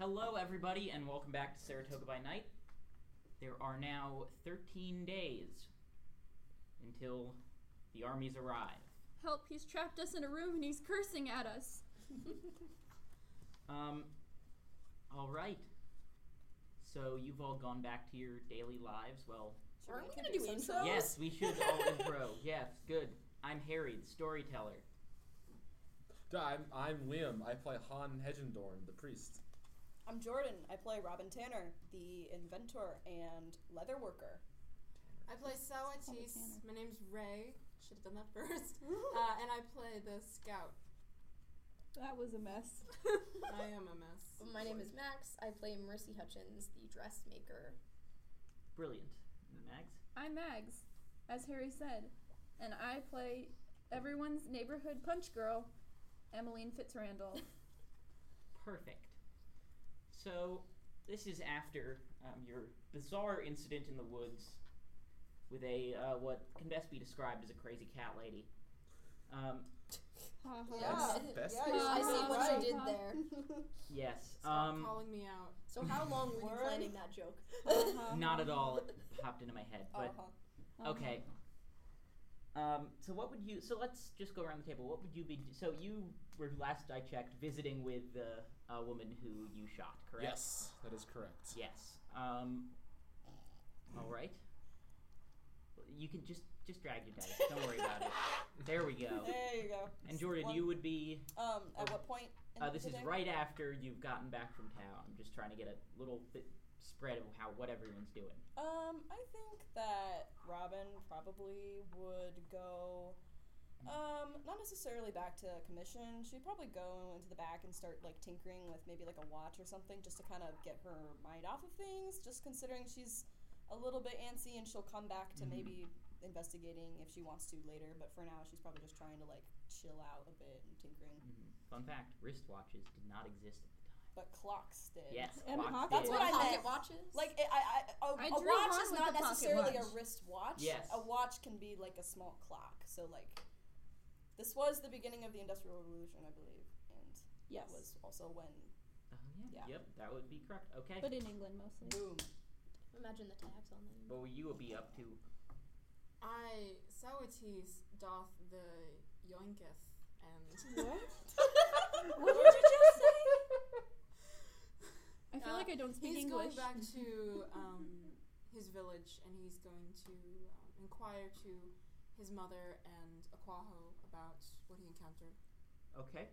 Hello, everybody, and welcome back to Saratoga by Night. There are now 13 days until the armies arrive. Help, he's trapped us in a room and he's cursing at us. Um, all right. So you've all gone back to your daily lives. Well, Aren't we Can gonna do do some intros? yes, we should all intro. Yes, good. I'm Harry, the storyteller. I'm, I'm Liam. I play Han Hegendorn, the priest. I'm Jordan. I play Robin Tanner, the inventor and leather worker. I play Sawachis. My name's Ray. Should have done that first. Uh, and I play the scout. That was a mess. I um, am a mess. Oh, My name is Max. I play Mercy Hutchins, the dressmaker. Brilliant. Max? I'm Mags, as Harry said, and I play everyone's neighborhood punch girl, Emmeline Fitzrandall. Perfect. So, this is after um, your bizarre incident in the woods with a uh, what can best be described as a crazy cat lady. Um, Ha ha. Yeah. That's best. Yeah, you're I see what right. you did there. yes. Stop Um, calling me out. So how long were you Word. planning that joke? Uh-huh. not at all. It popped into my head, but Uh-huh. Oh. okay. Um, so what would you? So let's just go around the table. What would you be? So you were last I checked visiting with the uh, woman who you shot, correct? Yes, that is correct. Yes. Um, all right. Well, You can just just drag your dice. Don't worry about it. There we go. There you go. And Jordan, One- you would be. um at what point? in Uh, this the is day? right after you've gotten back from town. I'm just trying to get a little bit spread of how what everyone's doing. Um, I think that Robin probably would go. Um, not necessarily back to commission. She'd probably go into the back and start like tinkering with maybe like a watch or something, just to kind of get her mind off of things. Just considering she's a little bit antsy, and she'll come back Mhm. to maybe investigating if she wants to later. But for now, she's probably just trying to like chill out a bit and tinkering. hmm Fun fact: wristwatches did not exist at the time. But clocks did. Yes, Emma clocks Hawk- That's did. what I pocket meant. watches? Like it, I, I, a, I a drew watch Han is with not the pocket necessarily watch. a wrist watch. Yes. A watch can be like a small clock. So like, this was the beginning of the Industrial Revolution, I believe, and Yes. that was also when Oh yeah. Yeah. Yep, that would be correct. Okay. But in England mostly. boom. Imagine the tax on them. what will you be up to? I Sawachis doth the yoinketh and What did you just say? I feel Uh, like I don't speak he's English. going back to um, his village and he's going to um, inquire to his mother and Aquaho about what he encountered. Okay,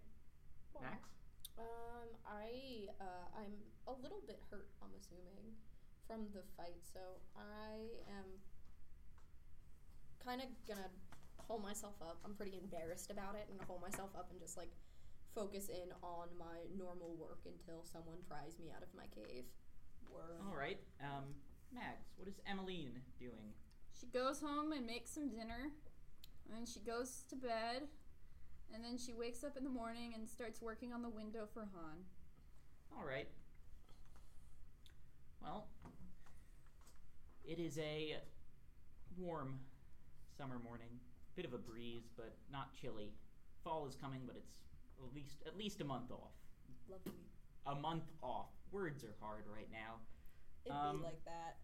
Max. Um, I uh, I'm a little bit hurt. I'm assuming from the fight, so I am kind of gonna hold myself up. I'm pretty embarrassed about it, and hold myself up and just like focus in on my normal work until someone tries me out of my cave. Word. All right. Um, Max, what is Emmeline doing? She goes home and makes some dinner, and then she goes to bed, and then she wakes up in the morning and starts working on the window for Han. All right. Well, it is a warm summer morning. Bit of a breeze, but not chilly. Fall is coming, but it's at least at least a month off. Lovely. A month off. Words are hard right now. It'd Um, be like that.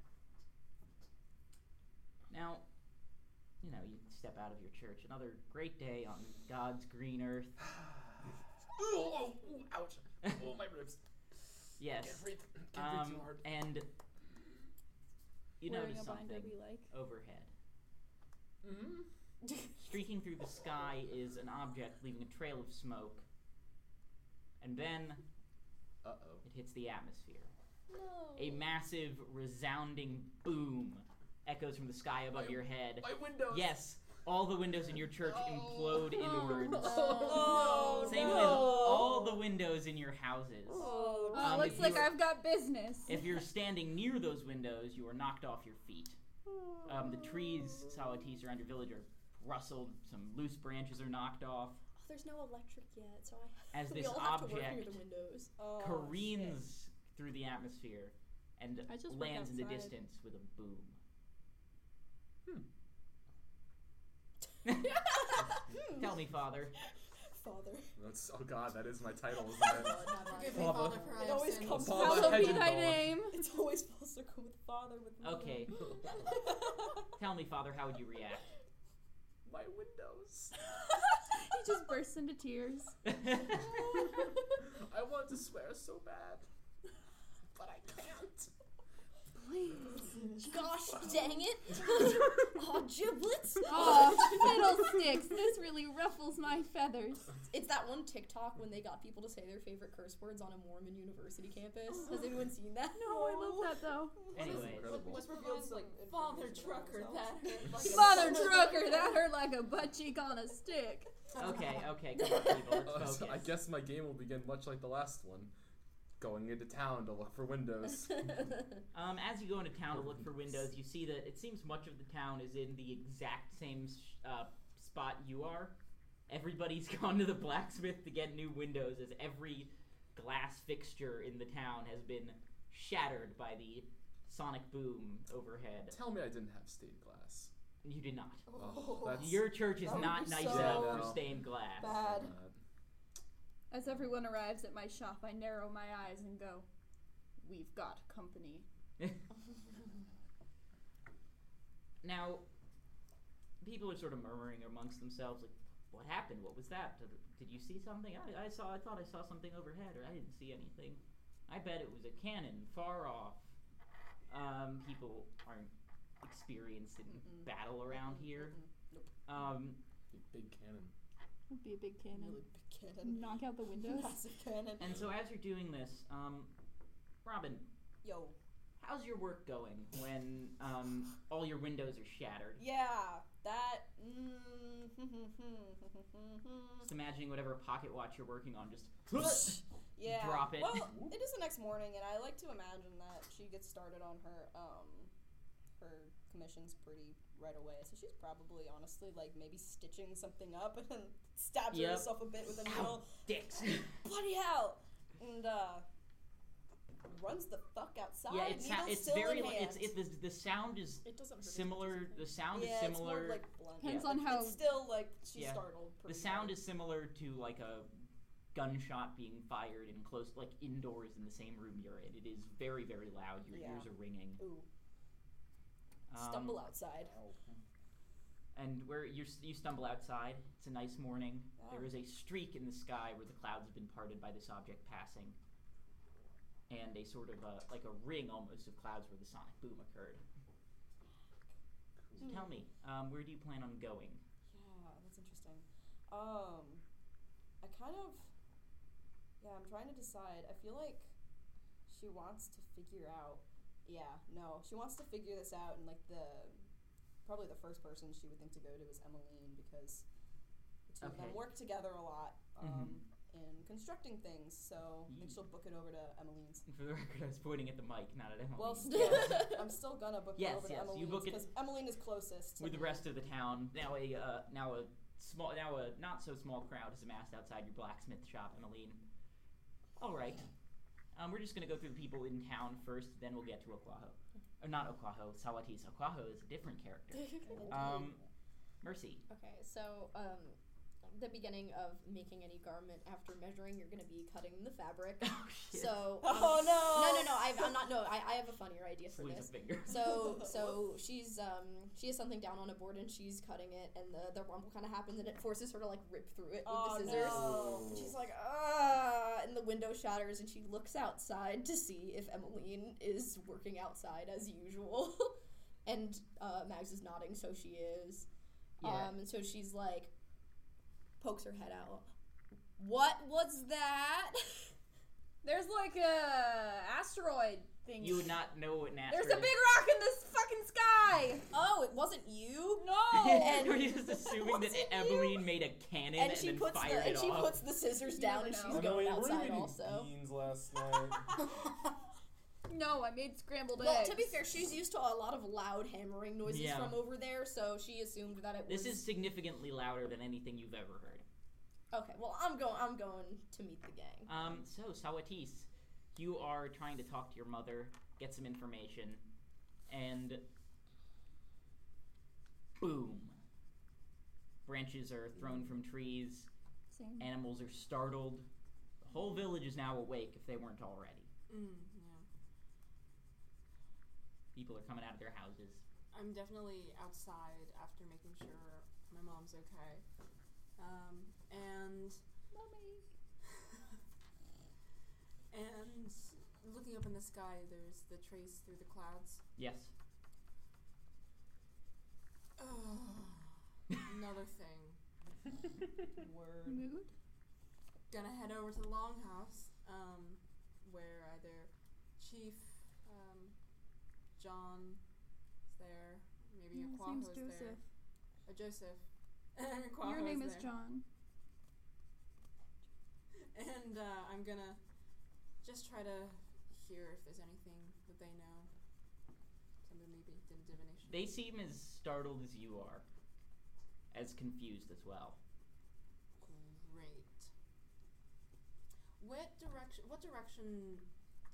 Now, you know, you step out of your church. Another great day on God's green earth. oh, oh, ooh, ouch. oh, my ribs. Can't Yes. breathe. Can't breathe too Um, hard. and you Wearing notice a binder we something like. overhead. Mm-hmm. Streaking through the sky is an object leaving a trail of smoke. And then Uh oh. it hits the atmosphere. No. A massive, resounding boom echoes from the sky above My- your head. My windows. Yes, Oh. all the windows in your church implode inwards. Oh, Same with all the windows in your houses. Oh, Oh, Um, looks if you like were- I've got business. If you're standing near those windows, you are knocked off your feet. Um, the trees, solitaires around your village are rustled, some loose branches are knocked off. Oh, there's no electric yet, so I As we this all have to work object- through the windows. oh, shit. careens through the atmosphere and I just went lands in the outside. distance with a boom. Tell me, Father. Father. That's, oh god, that is my title, isn't it? God, have I- Forgive me, Father. Father, for I It always always comes have Hedgen. Apollo out. Hallowed be Hedgendorf. thy name. It's always full circle with father with me. Okay, tell me, Father, how would you react? My windows. He just bursts into tears. I want to swear so bad, but I can't. Gosh dang it! Aw, giblets! Oh, fiddlesticks! This really ruffles my feathers. It's that one TikTok when they got people to say their favorite curse words on a Mormon university campus. Has anyone seen that? Oh, I love that though. anyway, Incredible. What's Reveals, revealed like like, Father information about Trucker that ourselves. hurt like a Mother son. trucker, that hurt like a butt cheek on a stick. okay, okay, come on, people, Uh, let's so I focus. guess my game will begin much like the last one, going into town to look for windows. Um, as you go into town to look for windows, you see that it seems much of the town is in the exact same sh- uh, spot you are. Everybody's gone to the blacksmith to get new windows, as every glass fixture in the town has been shattered by the sonic boom overhead. Tell me I didn't have stained glass. You did not. Oh, that's Your church is That would not be nice so enough Yeah, no. for stained glass. Bad. uh, As everyone arrives at my shop, I narrow my eyes and go, We've got company. Now, people are sort of murmuring amongst themselves, like, "What happened? What was that? Did, did you see something? I, I saw. I thought I saw something overhead, or I didn't see anything. I bet it was a cannon far off." Um, people aren't experienced in Mm-mm. battle around here. Nope. Um, big cannon. It'd be a big Really big cannon. Knock out the Massive cannon. and so as you're doing this, um, Robin, Yo. how's your work going when um, all your windows are shattered? Yeah. That. Mm, hmm, Just imagining whatever pocket watch you're working on, just yeah. Drop it. Well, it is the next morning, and I like to imagine that she gets started on her um her commissions pretty right away. So she's probably honestly like maybe stitching something up and then stabs Yep. herself a bit with a needle. dicks. Bloody hell! And uh, runs the fuck outside. yeah, it's, needle it's still very. in li- hand. It's it, the, the sound is it doesn't hurt. as much as similar. you The think. sound yeah, is It's similar. more, like, blunt. Depends Yeah. on how. It's still like she's Yeah. startled. the pretty sound hard. is similar to like a gunshot being fired in close, like indoors in the same room you're in. It is very very loud. Your Yeah. ears are ringing. Ooh, Um, stumble outside. And where you s- you stumble outside, it's a nice morning. Oh. There is a streak in the sky where the clouds have been parted by this object passing, and a sort of a like a ring almost of clouds where the sonic boom occurred. So tell me, um, where do you plan on going? Yeah, that's interesting. Um, I kind of, yeah, I'm trying to decide. I feel like she wants to figure out. Yeah, no, she wants to figure this out, and like the probably the first person she would think to go to is Emmeline because the two of Okay. them Mm-hmm. work together a lot um, in constructing things. So I think Ye- she'll book it over to Emmeline's. For the record, I was pointing at the mic, not at Emily. Well, still, I'm still gonna book Yes, it over yes, to you Emmeline's book it- because Emmeline is closest. to with the me. rest of the town, now a uh, now a small, now a not so small crowd is amassed outside your blacksmith shop, Emmeline. All right, um, we're just gonna go through the people in town first, then we'll get to Oklaho. Or not Oklaho, Sawatis. Oklaho is a different character. Um, Mercy. Okay, so um, the beginning of making any garment after measuring, you're gonna be cutting the fabric. oh shit. So um, Oh no, no! no, no. I, I'm not. No, I, I have a funnier idea for Lose a this. finger. So so she's um she has something down on a board and she's cutting it and the, the rumble kind of happens and it forces her to like rip through it with Oh, the scissors. no. And she's like ah and the window shatters and she looks outside to see if Emmeline is working outside as usual. and uh, Mags is nodding, so she is. Yeah. Um and so she's like pokes her head out. What was that? There's like a asteroid thing. you would not know what Nat. There's a big rock in this fucking sky. oh, it wasn't you. No. and- You're just assuming that Wasn't you? Emmeline made a cannon and, and she then puts fired the and it she off. puts the scissors You down never and know. she's I going were you outside eating also. beans last night? no, I made scrambled well, eggs. to be fair, she's used to a lot of loud hammering noises Yeah. from over there, so she assumed that it was. this is significantly louder than anything you've ever heard. okay. Well, I'm going. I'm going to meet the gang. Um, so, Sawatis, you are trying to talk to your mother, get some information, and boom. Branches are thrown from trees, Same. animals are startled. The whole village is now awake if they weren't already. Mm, yeah. People are coming out of their houses. I'm definitely outside after making sure my mom's okay. Um, and Mommy. and looking up in the sky, there's the trace through the clouds. Yes. Another thing. Word. Mood? Gonna head over to the longhouse, um, where either Chief um, John is there, maybe Yeah, his Aquaho's name's there, Joseph. or Joseph. And Your Aquaho's name there. is John. And uh, I'm gonna just try to hear if there's anything that they know. Something maybe did a divination. They seem as startled as you are, as confused as well. Great. What direction? What direction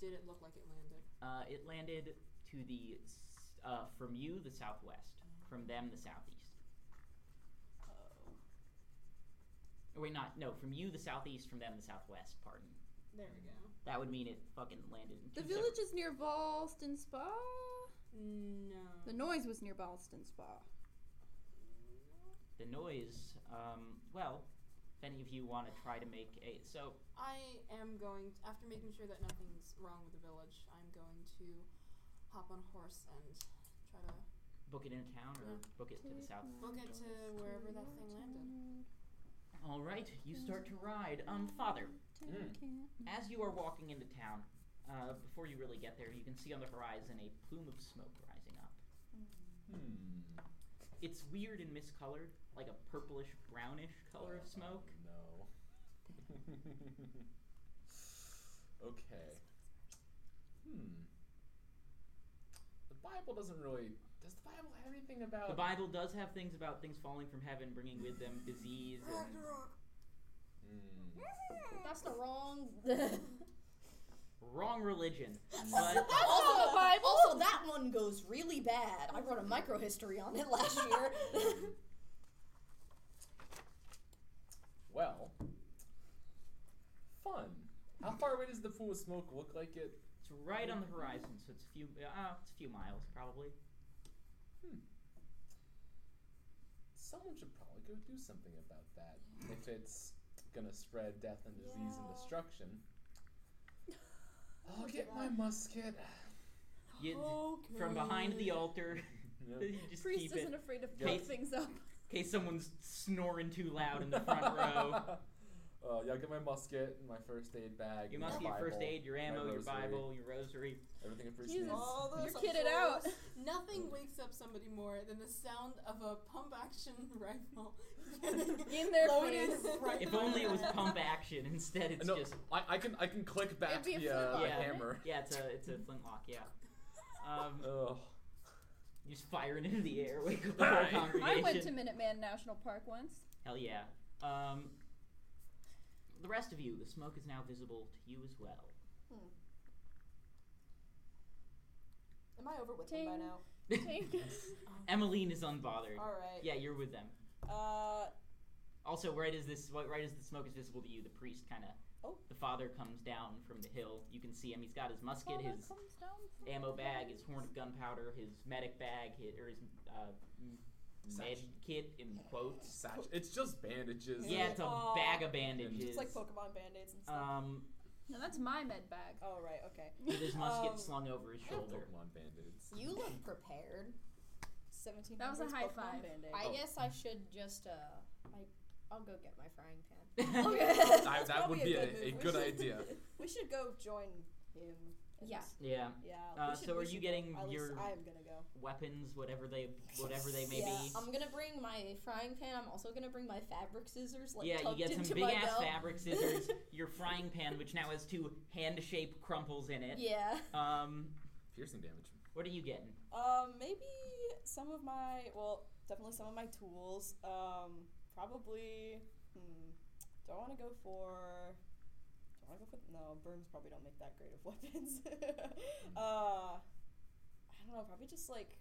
did it look like it landed? Uh, it landed to the s- uh, from you the southwest, from them the southeast. Oh, Or wait, not no, from you the southeast, from them the southwest. Pardon. There we go. That would mean it fucking landed in The two village is near Ballston Spa. No. The noise was near Ballston Spa. separate- The noise. Um, well, if any of you want to try to make a so I am going t after making sure that nothing's wrong with the village. I'm going to hop on a horse and try to book it in a town or Yeah. book it to the south. book it to wherever that thing landed. All right, you start to ride. Um, father, as you are walking into town, uh, before you really get there, you can see on the horizon a plume of smoke rising up. Hmm. It's weird and miscolored, like a purplish brownish color of smoke. Oh, no. okay. Hmm. The Bible doesn't really. Does the Bible have anything about? The Bible does have things about things falling from heaven, bringing with them disease. And Hmm. That's the wrong. also, wrong religion, but the Bible. Also, that one goes really bad. I wrote a micro history on it last year. Hmm. Well, fun. How far away does the pool of smoke look like it? it's right on the horizon, so it's a few. Uh, it's a few miles probably. Someone should probably go do something about that. If it's gonna spread death and disease and Yeah. destruction. I'll get my musket. You, From behind the altar, you just Oh, Priest keep it isn't afraid to Yeah. fuck things up. in case someone's snoring too loud in the front row. Uh, yeah, I'll get my musket and my first aid bag. You and must my get first Bible, aid, your ammo, your rosary. Bible, your rosary. Everything I first Jesus. needs. Oh, All those You're kitted out. controls. Nothing wakes up somebody more than the sound of a pump action rifle. In there, Loaded please. right If only it was there. pump action. Instead, it's No, just I, I can I can click back be a the uh, flintlock, right? hammer. yeah, it's a it's a flintlock. Yeah. Um, Ugh. you just firing into the air, wake up the I whole went congregation. I went to Minuteman National Park once. Hell yeah. Um, the rest of you, the smoke is now visible to you as well. am I over with them by Ting. now? Emmeline is unbothered. All right. Yeah, you're with them. Uh, Also, right as this, what- right as the smoke is visible to you, the priest kind of, Oh. the father comes down from the hill. You can see him. He's got his musket, his comes down ammo bag, his horn of gunpowder, his medic bag, his, or his uh, m- med Satch- kit in quotes. satch- It's just bandages. Yeah, it's a Aw. bag of bandages. it's like Pokemon band-aids and stuff. um, No, that's my med bag. oh right, okay. with his musket Um, slung over his I have shoulder. Pokemon band-aids. you look prepared. Seventeen. That was a high five. Band-aid. I Oh. guess I should just. Uh, I, I'll go get my frying pan. Okay. I, That's that would probably be a a, good a move. good idea. we should go join him. and- Yeah. yeah. Yeah. Uh, we should, so we are you should getting go. At least your- I am gonna go. weapons, whatever they whatever they may yeah, be. I'm gonna bring my frying pan. I'm also gonna bring my fabric scissors, like yeah, you tucked get into some big my ass belt. fabric scissors, your frying pan, which now has two hand shaped crumples in it. Yeah. Um, Piercing damage. what are you getting? Um, maybe some of my well, definitely some of my tools. Um, probably. Hmm, do I want to go for? Do I want to go for? No, burns probably don't make that great of weapons. Mm-hmm. uh, I don't know. Probably just like,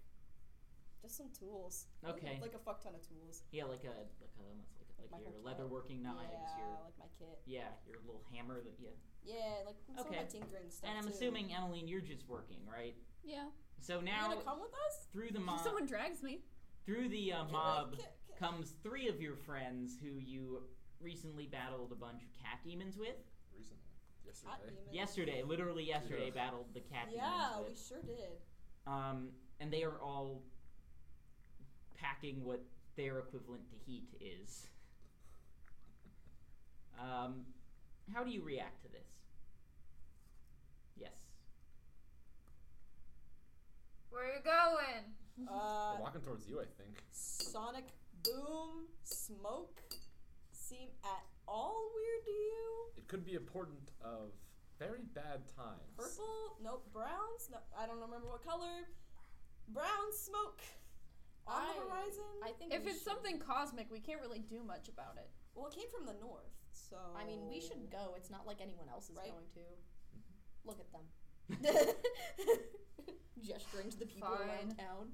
just some tools. Probably, Okay. Like a fuck ton of tools. Yeah, like a like a almost like, a, like My your whole leather working knives, yeah, your like my kit. yeah, your little hammer that you Yeah, like some of my Okay. tinkering stuff. And I'm too. assuming, Emmeline, you're just working, right? Yeah. So Are you now, gonna come with us? through the mob, Someone drags me. through the uh, Can we- mob, can- can- comes three of your friends who you recently battled a bunch of cat demons with. Recently. Yesterday. hot demon. Yesterday, literally yesterday, Yeah. battled the cat Yeah, demons we with. sure did. Um, and they are all packing what their equivalent to heat is. Um, how do you react to this? Yes. Where you going? Uh, We're walking towards you, I think. Sonic boom, smoke seem at all weird to you? It could be a portent of very bad times. Purple? Nope. Browns? No, I don't remember what color. Brown smoke on I- the horizon. I think If we it's should- something cosmic, we can't really do much about it. well, it came from the north, so I mean, we should go. It's not like anyone else is Right. going to. Look at them. Gesturing to the people Fine. around town.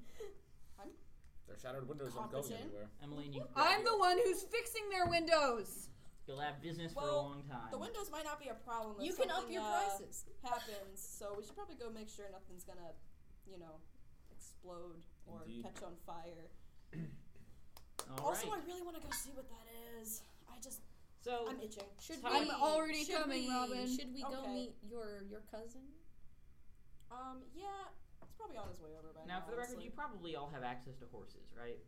Their shattered windows aren't going Competent. anywhere. Emmeline, you, I'm the one who's fixing their windows. you'll have business for a Well, long time. The windows might not be a problem. If you can up something, your uh, prices. Happens, so we should probably go make sure nothing's gonna, you know, explode or Indeed. catch on fire. All also, right. I really want to go see what that is. I just, So I'm itching. Should Time- we, I'm already should coming, we- Robin. Should we go Okay. meet your your cousin? Um, yeah, it's probably on his way over by now. now, for the record, honestly. you probably all have access to horses, right?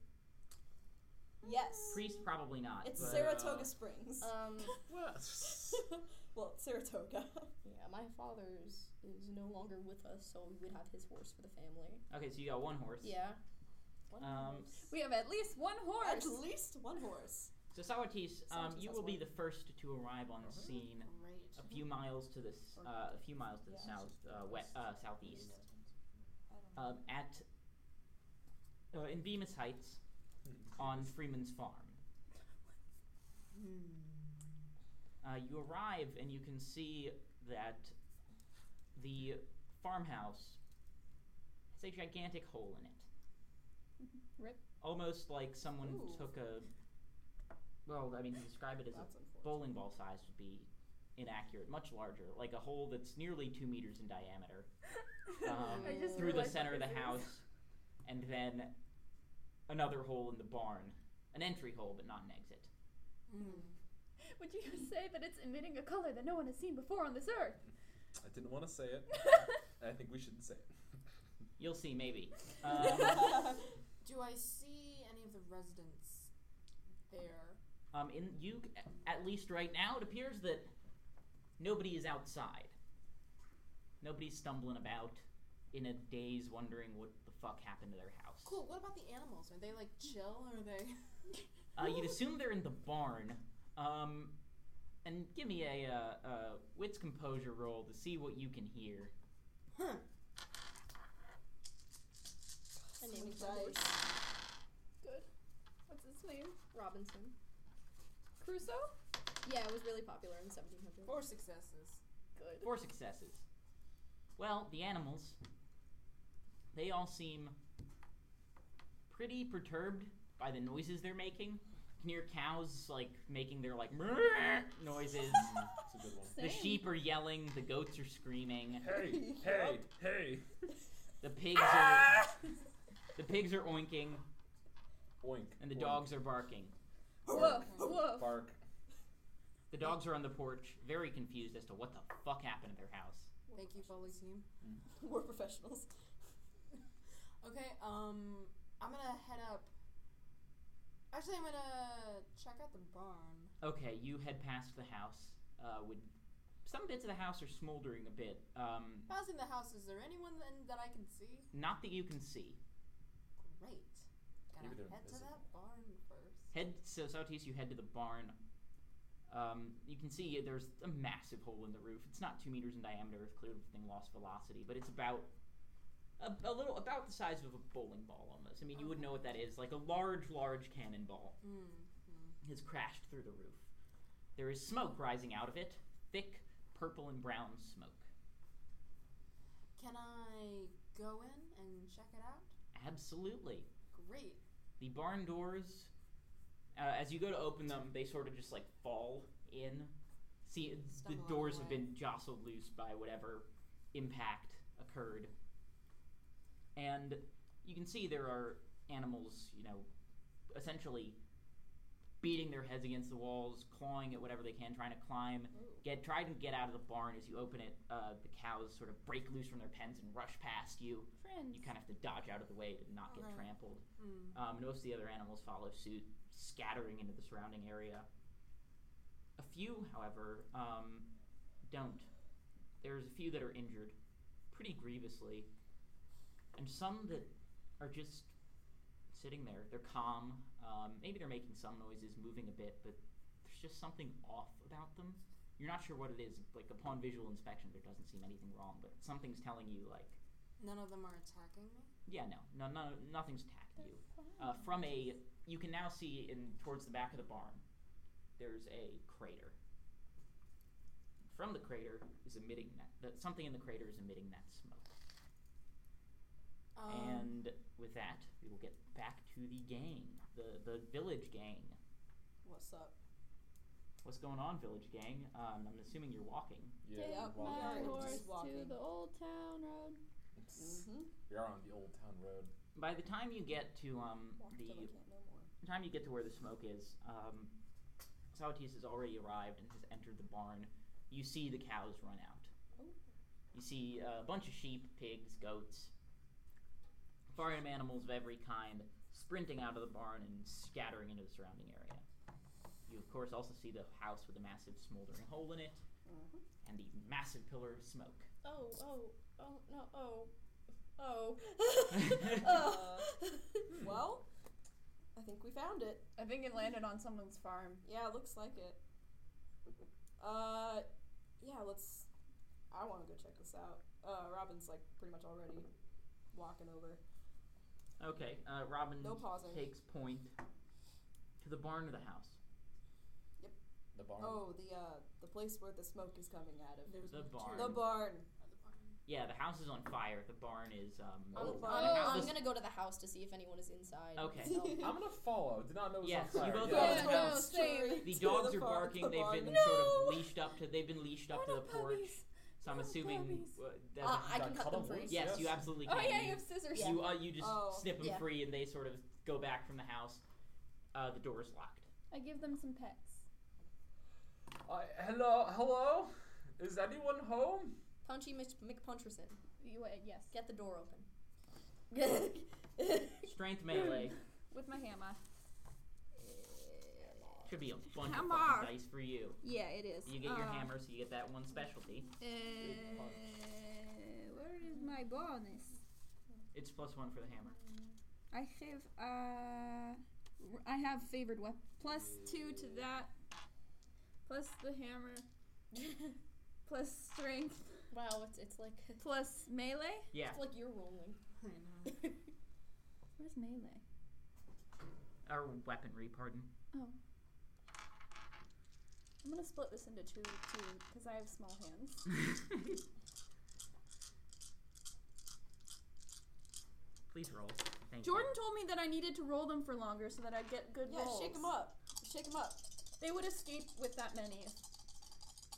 yes, Priest, probably not. it's but, uh, Saratoga Springs. Um, Well, well, Saratoga. yeah, my father is, is no longer with us, so we would have his horse for the family. Okay, so you got one horse. Yeah. One Um, horse. We have at least one At horse. least one horse. So Sawatis, um, Sawatis you has will be one. Uh-huh. the first to arrive on the Alright. scene Great. a few miles to the s- uh, a few miles to the Yeah. south uh, we- uh, southeast I um, at uh, in Bemis Heights on Freeman's Farm. Hmm. Uh, you arrive and you can see that the farmhouse has a gigantic hole in it. Rip. Almost like someone Ooh. took a. Well, I mean, to describe it as a That's unfortunate. bowling ball size would be inaccurate, much larger, like a hole that's nearly two meters in diamemeter um, I just through the realized center of what the this is. house, and then another hole in the barn, an entry hole but not an exit. Hmm. Would you say that it's emitting a color that no one has seen before on this earth? I didn't want to say it. and I think we shouldn't say it. You'll see, maybe. don't Um, know. Do I see any of the residents there? um, in you, at least right now, it appears that nobody is outside. Nobody's stumbling about in a daze, wondering what the fuck happened to their house. Cool. What about the animals? Are they like chill? Or are they? Uh, you'd assume they're in the barn. Um, and give me a, uh, uh wits composure roll to see what you can hear. Huh. I So named many my horse dice. What's his name? Robinson. Crusoe? Yeah, it was really popular in 1700. Four successes. Good. Four successes. Well, the animals. They all seem pretty perturbed by the noises they're making. You can hear cows like making their like It's noises. a good one. the sheep are yelling. The goats are screaming. Hey, hey, hey. The pigs are the pigs are oinking, Oink. and the oink. dogs are barking. Woof, woof. bark. The dogs are on the porch, very confused as to what the fuck happened to their house. Thank you, Foley team. We're professionals. Okay. Um, I'm gonna head up. Actually, I'm gonna check out the barn. Okay, you head past the house. Uh, with some bits of the house are smoldering a bit. Um, Passing the house, is there anyone then that I can see? not that you can see. Great. Gotta Maybe they're head to invisible. that barn first. Head so Sautis, you head to the barn. Um, you can see there's a massive hole in the roof. It's not two meters in diameter. It's clearly the thing lost velocity, but it's about a, a little about the size of a bowling ball almost. I mean, you would know what that is. Like a large, large cannonball. Mm. has crashed through the roof. There is smoke rising out of it, thick purple and brown smoke. Can I go in and check it out? Absolutely. Great. The barn doors, uh, as you go to open them, they sort of just like fall in, See, the Stumble on doors the have way. been jostled loose by whatever impact occurred. And you can see there are animals, you know, essentially beating their heads against the walls, clawing at whatever they can, trying to climb. Get try and get out of the barn as you open it. Uh, the cows sort of break loose from their pens and rush past you. Friends. You kind of have to dodge out of the way to not get Okay. trampled. Mm. Um, and most of the other animals follow suit, scattering into the surrounding area. A few, however, um, don't. There's a few that are injured pretty grievously, and some that are just sitting there. They're calm. Um, maybe they're making some noises, moving a bit, but there's just something off about them. You're not sure what it is. Like upon visual inspection, there doesn't seem anything wrong, but something's telling you, like, None of them are attacking me. yeah, no, no, no nothing's attacking you uh, Friends. from a you can now see in towards the back of the barn there's a crater from the crater is emitting that, that something in the crater is emitting that smoke Oh. Um, and with that we will get back to the gang the, the village gang What's up? what's going on village gang um, i'm assuming you're walking Yeah, Take yeah, well, my yeah, it's- horse just to walking. the old town road. it's- Mm-hmm. We are on the old town road. by the time you get to um, Walk till I the can't no more. the time you get to where the smoke is, um, Salatius has already arrived and has entered the barn. You see the cows run out. Oh. You see uh, a bunch of sheep, pigs, goats, farm animals of every kind sprinting out of the barn and scattering into the surrounding area. You, of course, also see the house with a massive smoldering hole in it Mhm. and the massive pillar of smoke. Oh, oh, oh, no, oh. Oh. Hmm. Uh, well, I think we found it. I think it landed on someone's farm. Yeah, it looks like it. Uh, yeah, let's. I want to go check this out. Uh, Robin's like pretty much already walking over. Okay, uh, Robin No pausing. takes point to the barn of the house. The barn. Oh, the uh, the place where the smoke is coming out of. there's The two barn. The barn. at the barn. Yeah, the house is on fire. The barn is um. On the the Oh, barn. house I'm is- gonna go to the house to see if anyone is inside. Okay. I'm gonna follow. Did not know it was Yes, you on fire. both Yeah, are- let's go. no, straight The to dogs are farm- barking. the they've barn. been No. sort No! of leashed up to. They've been leashed up Why to the no porch. puppies? So I'm Why no assuming. puppies? Uh, that- Uh, I Got can cut cut them off free. loose? yes, you yes. absolutely can. Oh yeah, you have scissors. You uh, you just Oh. snip them Yeah. free, and they sort of go back from the house. Uh, the door is locked. I give them some pets. Uh, hello, hello. Is anyone home? Punchy Mitch- McPuncherson. You, wait, yes. Get the door open. Strength melee With my hammer. should be a bunch Hammer. of fucking dice for you. Eh, Yeah, it is. You get your Uh, hammer, so you get that one specialty. Uh, where is my bonus? It's plus one for the hammer. I have uh, r- I have favored weapon plus two to that, plus the hammer, plus strength, wow, it's it's like it's plus melee. Yeah. like you're rolling. I know. Where's melee? Or weaponry, pardon. I'm gonna split this into two, two, because I have small hands. Please roll. Thank you. Jordan told me that I needed to roll them for longer so that I'd get good Yeah, rolls. shake them up. Shake them up. They would escape with that many.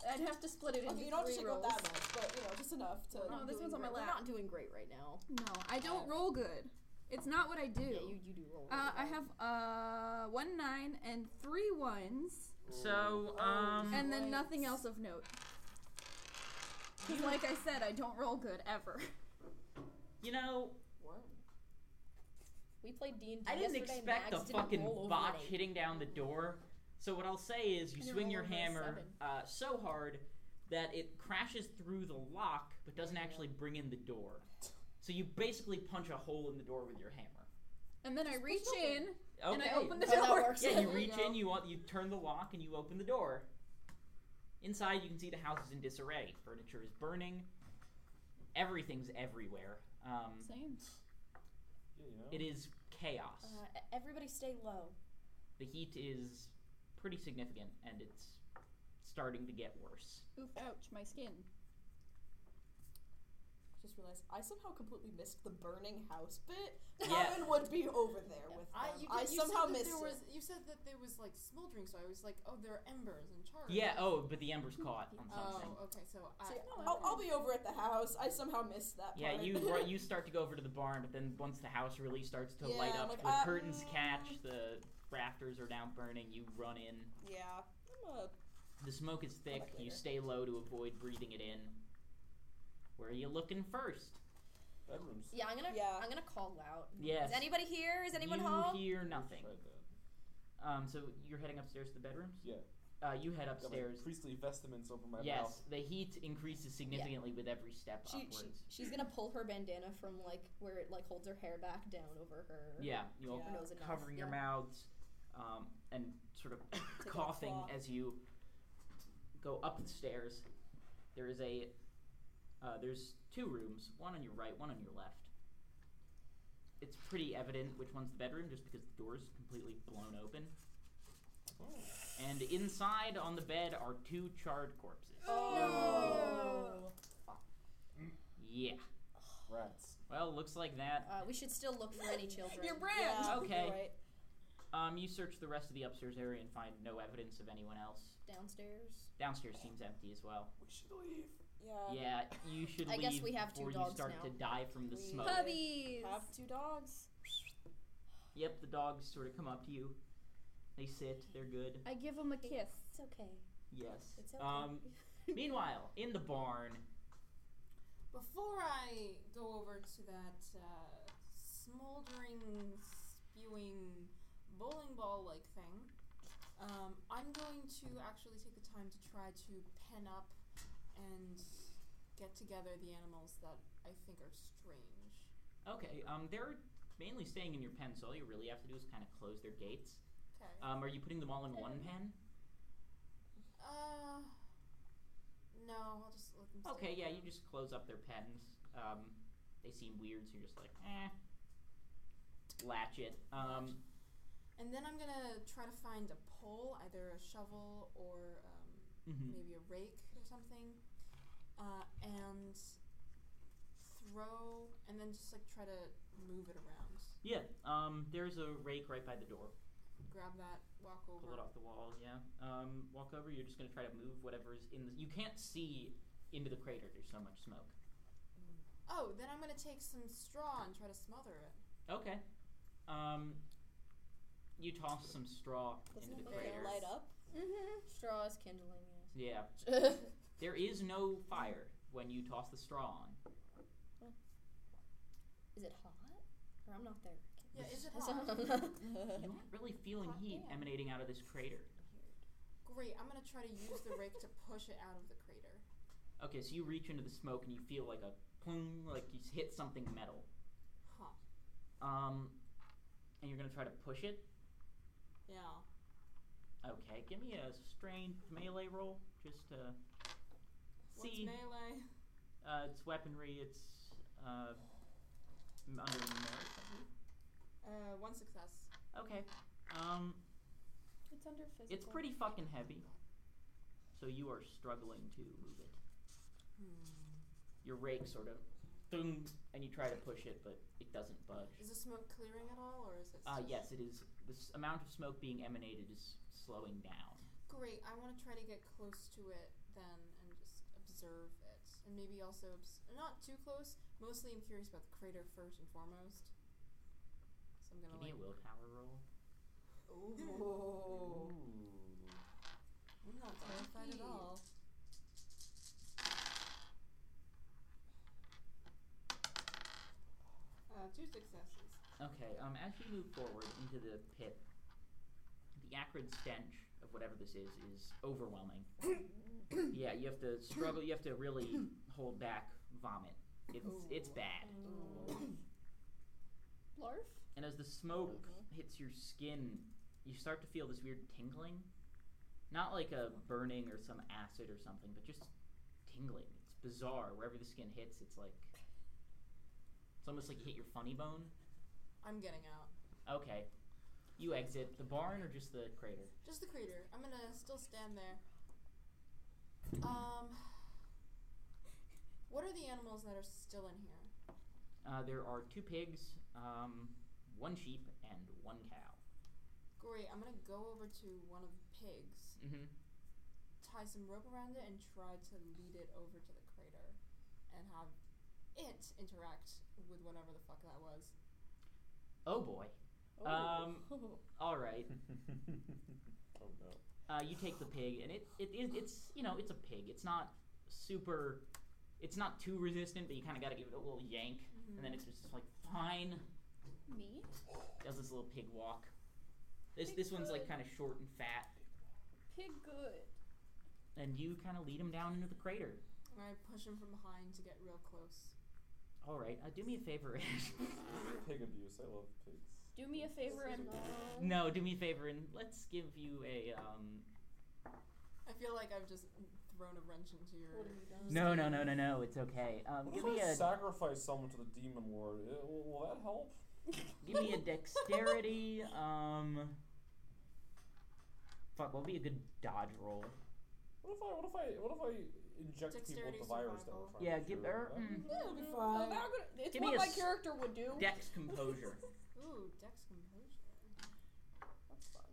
I'd have to split it into Okay, you don't have to three shake rolls. up that much, but you know, just enough to. No, Oh, this Doing one's on my great. We're lap. not doing great right now. No, I don't roll good. It's not what I do. Yeah, you, you do roll. Uh, I really well. have uh one nine and three ones, So, um, and then Right. nothing else of note. 'Cause like I said, I don't roll good ever. you know, Worm. We played D and I didn't expect the fucking botch hitting down the door. So what I'll say is, you And it swing your rolled over a hammer seven. uh, so hard that it crashes through the lock, but doesn't actually bring in the door. So you basically punch a hole in the door with your hammer. And then I Just push reach in open. Okay. and I open the How's that door. work? yeah, you There you reach go. in, you want, you turn the lock, and you open the door. Inside, you can see the house is in disarray. Furniture is burning. Everything's everywhere. Um, Same. Yeah, you know. it is chaos. Uh, everybody stay low. the heat is pretty significant, and it's starting to get worse. Oof! Ouch! My skin. Just just realized I somehow completely missed the burning house bit. Yeah. Robin would be over there with them. I, you, I did- you somehow said that missed there it. was, You said that there was like smoldering, so I was like, oh, there are embers and charred. Yeah. Oh, but the ember's caught on something. Oh, okay. So I. So, yeah, oh, I'll, okay. I'll be over at the house. I somehow missed that. Yeah, part. you ri- you start to go over to the barn, but then once the house really starts to Yeah, light up, I'm like, the uh, curtains mm. catch, the rafters are now burning. You run in. yeah, I'm a The smoke is thick. back You later. stay low to avoid breathing it in. Where are you looking first? Bedrooms. Yeah, I'm gonna Yeah. I'm gonna call out. Yes. Is anybody here? Is anyone you home? hear nothing. Tried that. Um, so you're heading upstairs to the bedrooms. Yeah. Uh, you head Got my upstairs. priestly vestments over my yes, mouth. the heat increases significantly with every step She- she- upwards. She's gonna pull her bandana from like where it like holds her hair back down over her, yeah, you all her Yeah. nose and mouth. covering your Yeah. mouths um, and sort of a coughing claw. as you go up the stairs. There is a uh, there's two rooms, one on your right, one on your left. It's pretty evident which one's the bedroom, just because the door's completely blown open. Oh, And inside on the bed are two charred corpses. oh. Yeah. Rats. Well, looks like that. Uh, we should still look for any children. Your brand. Yeah, Okay. you're right. Um, you search the rest of the upstairs area and find no evidence of anyone else. downstairs. Downstairs seems empty as well. We should leave. Yeah. Yeah, you should Um, I leave guess we have two before you dogs start now. to die from the We- smoke. Huh. Puppies. Have two dogs. Yep, the dogs sort of come up to you. They sit. They're good. I give them a kiss. It's okay. Yes. It's okay. Um, meanwhile, in the barn, Before I go over to that uh, smoldering, spewing bowling ball like thing, um, I'm going to actually take the time to try to pen up and get together the animals that I think are strange. okay, um, they're mainly staying in your pen, so all you really have to do is kind of close their gates. Okay. Um, are you putting them all in one pen? Uh, no, I'll just let them stay. Okay, yeah, you just close up their pens. Um, they seem weird, so you're just like, eh. Latch it. Um, And then I'm gonna try to find a pole, either a shovel or um, mhm. maybe a rake or something, uh, and throw, and then just like try to move it around. Yeah, um, there's a rake right by the door. Grab that, walk over. Pull it off the wall, yeah. Um, walk over, you're just going to try to move whatever's in the. You can't see into the crater, there's so much smoke. Oh, then I'm gonna take some straw and try to smother it. Okay. Um, you toss some straw Doesn't into it the make it crater. light up? Mm-hmm. Straw is kindling. Yeah. Yes. There is no fire when you toss the straw on. is it hot? Or I'm not there. Yeah, is it That's hot? not- You aren't really feeling Hot heat damn. emanating out of this crater. Great, I'm gonna try to use the rake to push it out of the crater. Okay, so you reach into the smoke and you feel like a pling, like you s- hit something metal. Huh. Um, and you're going to try to push it. Yeah. Okay, give me a strained melee roll just to What's see. melee? Uh, it's weaponry. It's uh, m- under merit. I believe. Uh, one success. Okay. Um, It's under physical. it's pretty fucking heavy. So you are struggling to move it. Hmm. Your rake sort of, thung, and you try to push it, but it doesn't budge. Is the smoke clearing at all, or is it? Uh, still- yes, it is. The s- amount of smoke being emanated is slowing down. Great. I want to try to get close to it then and just observe it. And maybe also obs- not too close. Mostly I'm curious about the crater first and foremost. So I'm going Give to me like a willpower roll. Oh. Ooh. I'm not terrified at all. Uh, two successes. Okay, um, as you move forward into the pit, the acrid stench of whatever this is is overwhelming. yeah, you have to struggle. You have to really hold back vomit. It's it's bad. Blarf? And as the smoke hits your skin, you start to feel this weird tingling. Not like a burning or some acid or something, but just tingling. It's bizarre. Wherever the skin hits, it's like it's almost like you hit your funny bone. I'm getting out. Okay. You exit the barn or just the crater? Just the crater. I'm gonna still stand there. Um. What are the animals that are still in here? Uh, there are two pigs, um, one sheep, and one cow. Great. I'm gonna go over to one of the pigs, Mm-hmm. tie some rope around it, and try to lead it over to the crater, and have it interact with whatever the fuck that was. Oh boy. Um, all right. oh no. Uh, you take the pig, and it, it is it's you know it's a pig. It's not super. It's not too resistant, but you kind of got to give it a little yank, and then it's just like fine. Me? Does this little pig walk? This this one's like kind of short and fat, Pig good. and you kind of lead him down into the crater. And I push him from behind to get real close. All right, uh, do me a favor. Pig abuse. I love pigs. Do me a favor and no, do me a favor and let's give you a um. I feel like I've just thrown a wrench into your. No, no, no, no, no. It's okay. Um, What give if me I a sacrifice someone to the demon lord? Eh, Will, will that help? give me a dexterity. Um. Fuck, what would be a good dodge roll? What if I what if I what if I inject people Dexterity with the virus that survival. we're trying Yeah, to give cure? her. That- Mm, It'll be fine. it's Give me what a my s- character would Mm. do. Dex composure. Ooh, Dex composure. That's fun.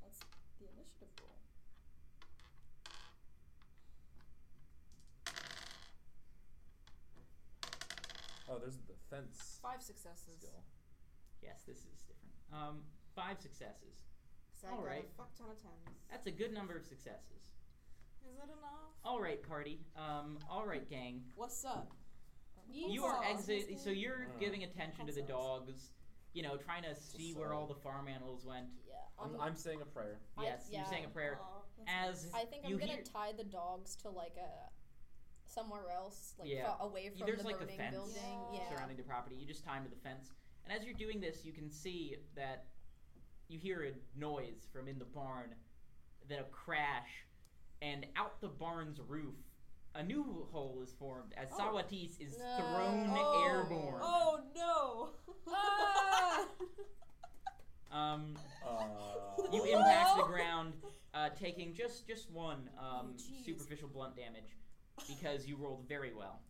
That's the initiative roll. Oh, there's the fence Five successes. skill. Yes, this is different. Um, five successes. 'Cause I All got right. a fuck ton of tens. That's a good number of successes. Is that enough? All right, party. Um, all right, gang. What's up? You What's are up? exit. So you're Mm. giving attention to the Consoles. dogs. You know, trying to see where all the farm animals went. Yeah. I'm, I'm saying a prayer. I- Yes, you're yeah. saying a prayer. Aw, that's As I think I'm you gonna hear- tie the dogs to like a somewhere else, like Yeah. fa- away from There's, the like, a burning fence building. Yeah. surrounding the property. You just tie him to the fence. And as you're doing this, you can see that you hear a noise from in the barn, then a crash, and out the barn's roof, a new hole is formed as Oh. Sawatis is No. thrown Oh. airborne. Oh no! Ah! Um, Uh, you Whoa. impact the ground, uh, taking just just one um, Oh, jeez. superficial blunt damage because you rolled very well.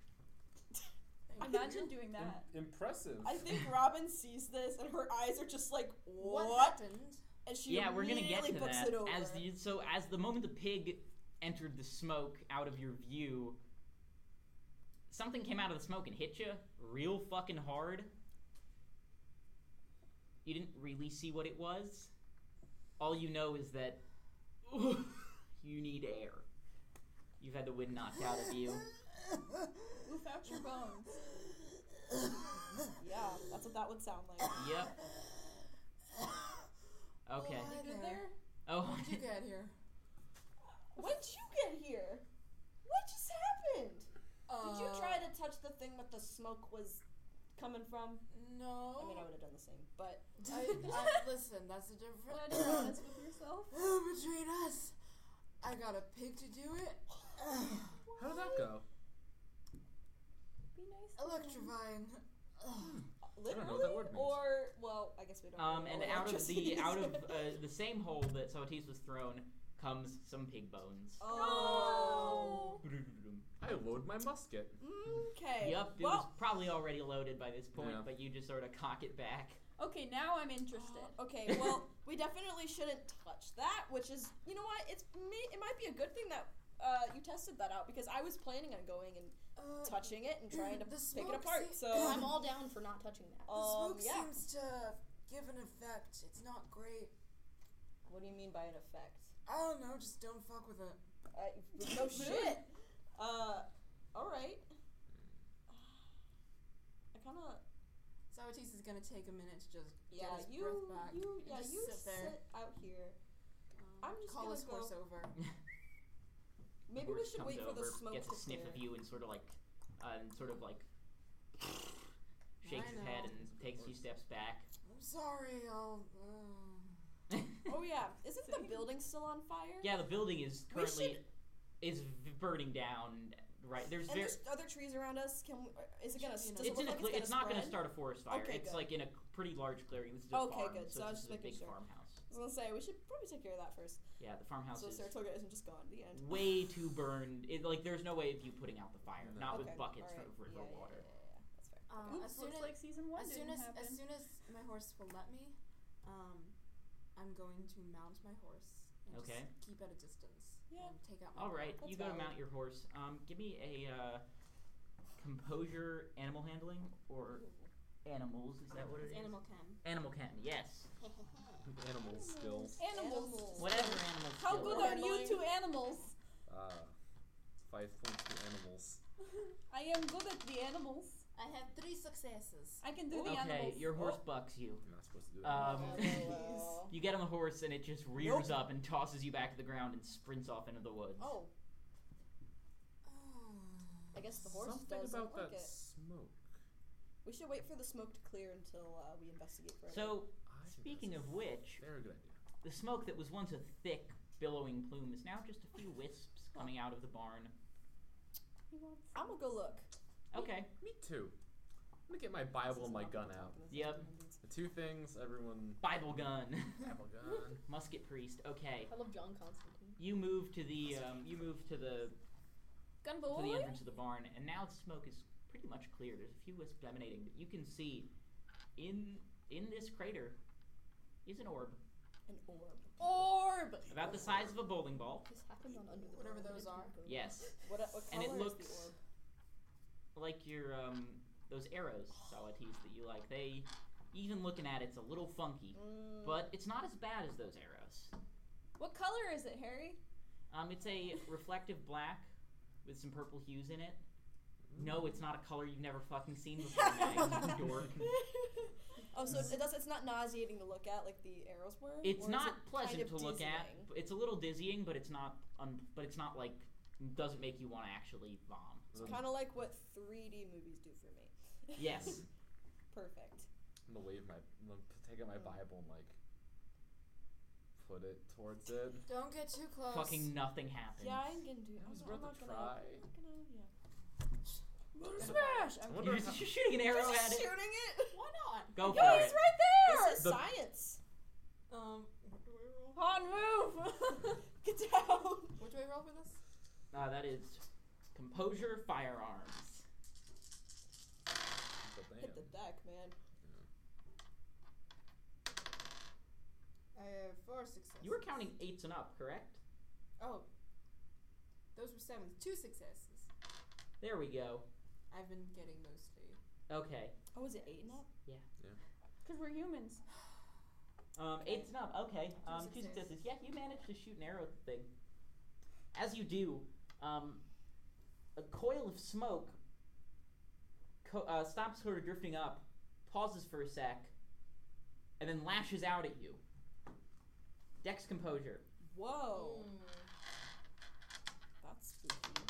Thank you. Imagine doing im- that. impressive. I think Robin sees this and her eyes are just like, What, what? happened? And she yeah, we're gonna get immediately to books that It over. as the so as the moment the pig entered the smoke out of your view, something came out of the smoke and hit you real fucking hard. You didn't really see what it was. All you know is that you need air. You've had the wind knocked out of you. Oof out your bones. yeah, that's what that would sound like. Yep. Okay. Hi You good there. there? Oh, How'd you get here? When did you get here? What just happened? Did you Uh, try to touch the thing that the smoke was coming from? No. I mean, I would have done the same, but I, I, listen, that's the difference Glad you're honest with yourself. between us. I got a pig to do it. How did that go? Be nice. Electrifying. don't Uh, literally, know what that word means. or well, I guess we don't. Um, know and what out of electricity the is. out of uh, the same hole that Sawatis was thrown comes some pig bones. oh. I load my musket. Okay. Yep, it was Well, probably already loaded by this point, Yeah. but you just sort of cock it back. Okay, now I'm interested. Um, okay. Well, we definitely shouldn't touch that. Which is, you know what? It's may- it might be a good thing that uh, you tested that out because I was planning on going and Uh, touching it and trying to the pick it smoke apart. se- So I'm all down for not touching that. the um, smoke yeah. seems to give an effect. It's not great. What do you mean by an effect? I don't know. Just don't fuck with it. Uh, no shit. Uh, all right. I kind of Sawatis is gonna take a minute to just yeah. get his You breath back. you and yeah just you sit there. out here. Um, I'm just call gonna his horse go- over. Maybe Horse we should comes wait for the over, smoke Gets to a sniff clear. of you and sort of like, uh, and sort of like, shakes I his head know. and takes a few steps back. I'm sorry. I'll. Uh, Oh yeah, isn't the building still on fire? yeah, the building is We should- currently is v- burning down. Right there's And very. there's other trees around us. Can we, is it gonna? Should be Does It's in a. it look enough. like cle- it's it's not gonna going to spread? start a forest fire. Okay, it's good. like in a c- pretty large clearing. This is a Okay, farm, good. so, So I was this is a just making big sure. farmhouse. As gonna say we should probably take care of that first. Yeah, the farmhouse So is Saratoga isn't just gone. The end. way too burned. It, like, there's no way of you putting out the fire, No. not with Okay, buckets alright, of river yeah, yeah, water. Yeah, yeah, yeah, that's fair. Um, Oops, as soon looks as, like season one as soon didn't as happen. as soon as my horse will let me, um, I'm going to mount my horse and Okay. just keep at a distance. Yeah. And take out my. All right, That's you go to valid. mount your horse. Um, give me a uh, composure animal handling or animals. Is that what it It's is? animal can. Animal can. Yes. Animal skills. Animals. Whatever animal. How skill. good are you two animals? Ah, five points to animals. I am good at the animals. I have three successes. I can do the Okay, animals. your horse bucks you. You're not supposed to do that. Oh, Um, Hello. you get on the horse and it just rears up and tosses you back to the ground and sprints off into the woods. oh, Ah. I guess the horse Something doesn't about like that it. smoke. We should wait for the smoke to clear until uh, we investigate further. So, I think speaking that's of a which, very good idea. the smoke that was once a thick, billowing plume is now just a few wisps coming out of the barn. I'm gonna go look. Okay. Me too. I'm gonna get my Bible and my gun out. Yep. The two things everyone. Bible gun. Bible gun. Musket priest. Okay. I love John Constantine. You move to the um, you move to the to the entrance of the barn, and now the smoke is pretty much clear. There's a few wisps emanating, but you can see in in this crater is an orb An orb. Orb. about the size of a bowling ball. This happened on Under the Whatever Dome. those It are. didn't go well. Yes, What, what and color it looks is the orb? like your um, those arrows, Salatis, that you like. They even looking at it's a little funky, Mm, but it's not as bad as those arrows. What color is it, Harry? Um, it's a reflective black with some purple hues in it. No, it's not a color you've never fucking seen before, Meg, you dork. oh, so it does, it's not nauseating to look at like the arrows were. It's Or is not it pleasant kind to of look at. dizzying? b- It's a little dizzying, but it's not. Un- but it's not like doesn't make you want to actually vom. It's kind of like what 3D movies do for me. Yes. Perfect. I'm gonna wave my, I'm gonna p- take out my Bible and like put it towards it. Don't get too close. Fucking nothing happens. Yeah, I'm gonna do. That was I'm, worth I'm not a gonna, try. I'm not gonna. Yeah. Motor smash! I'm I wonder You're, if just- you're shooting an arrow at just it. shooting it. Why not? Go for No, it. he's right there. This is The- science. Um, what do I roll? Han, move. Get down. What do I roll for this? Uh, that is composure firearms. But Hit the damn. deck, man. I have four successes. You were counting eights and up, correct? Oh, those were sevens. Two successes. There we go. I've been getting mostly. Okay. Oh, is it eight and up? Because we're humans. Um, Okay. eights and up. Okay. Um, two successes. successes. Yeah, you managed to shoot an arrow at the thing. As you do, um, a coil of smoke co- uh, stops sort of drifting up, pauses for a sec, and then lashes out at you. Dex composure. Hmm. Whoa. Mm. That's spooky.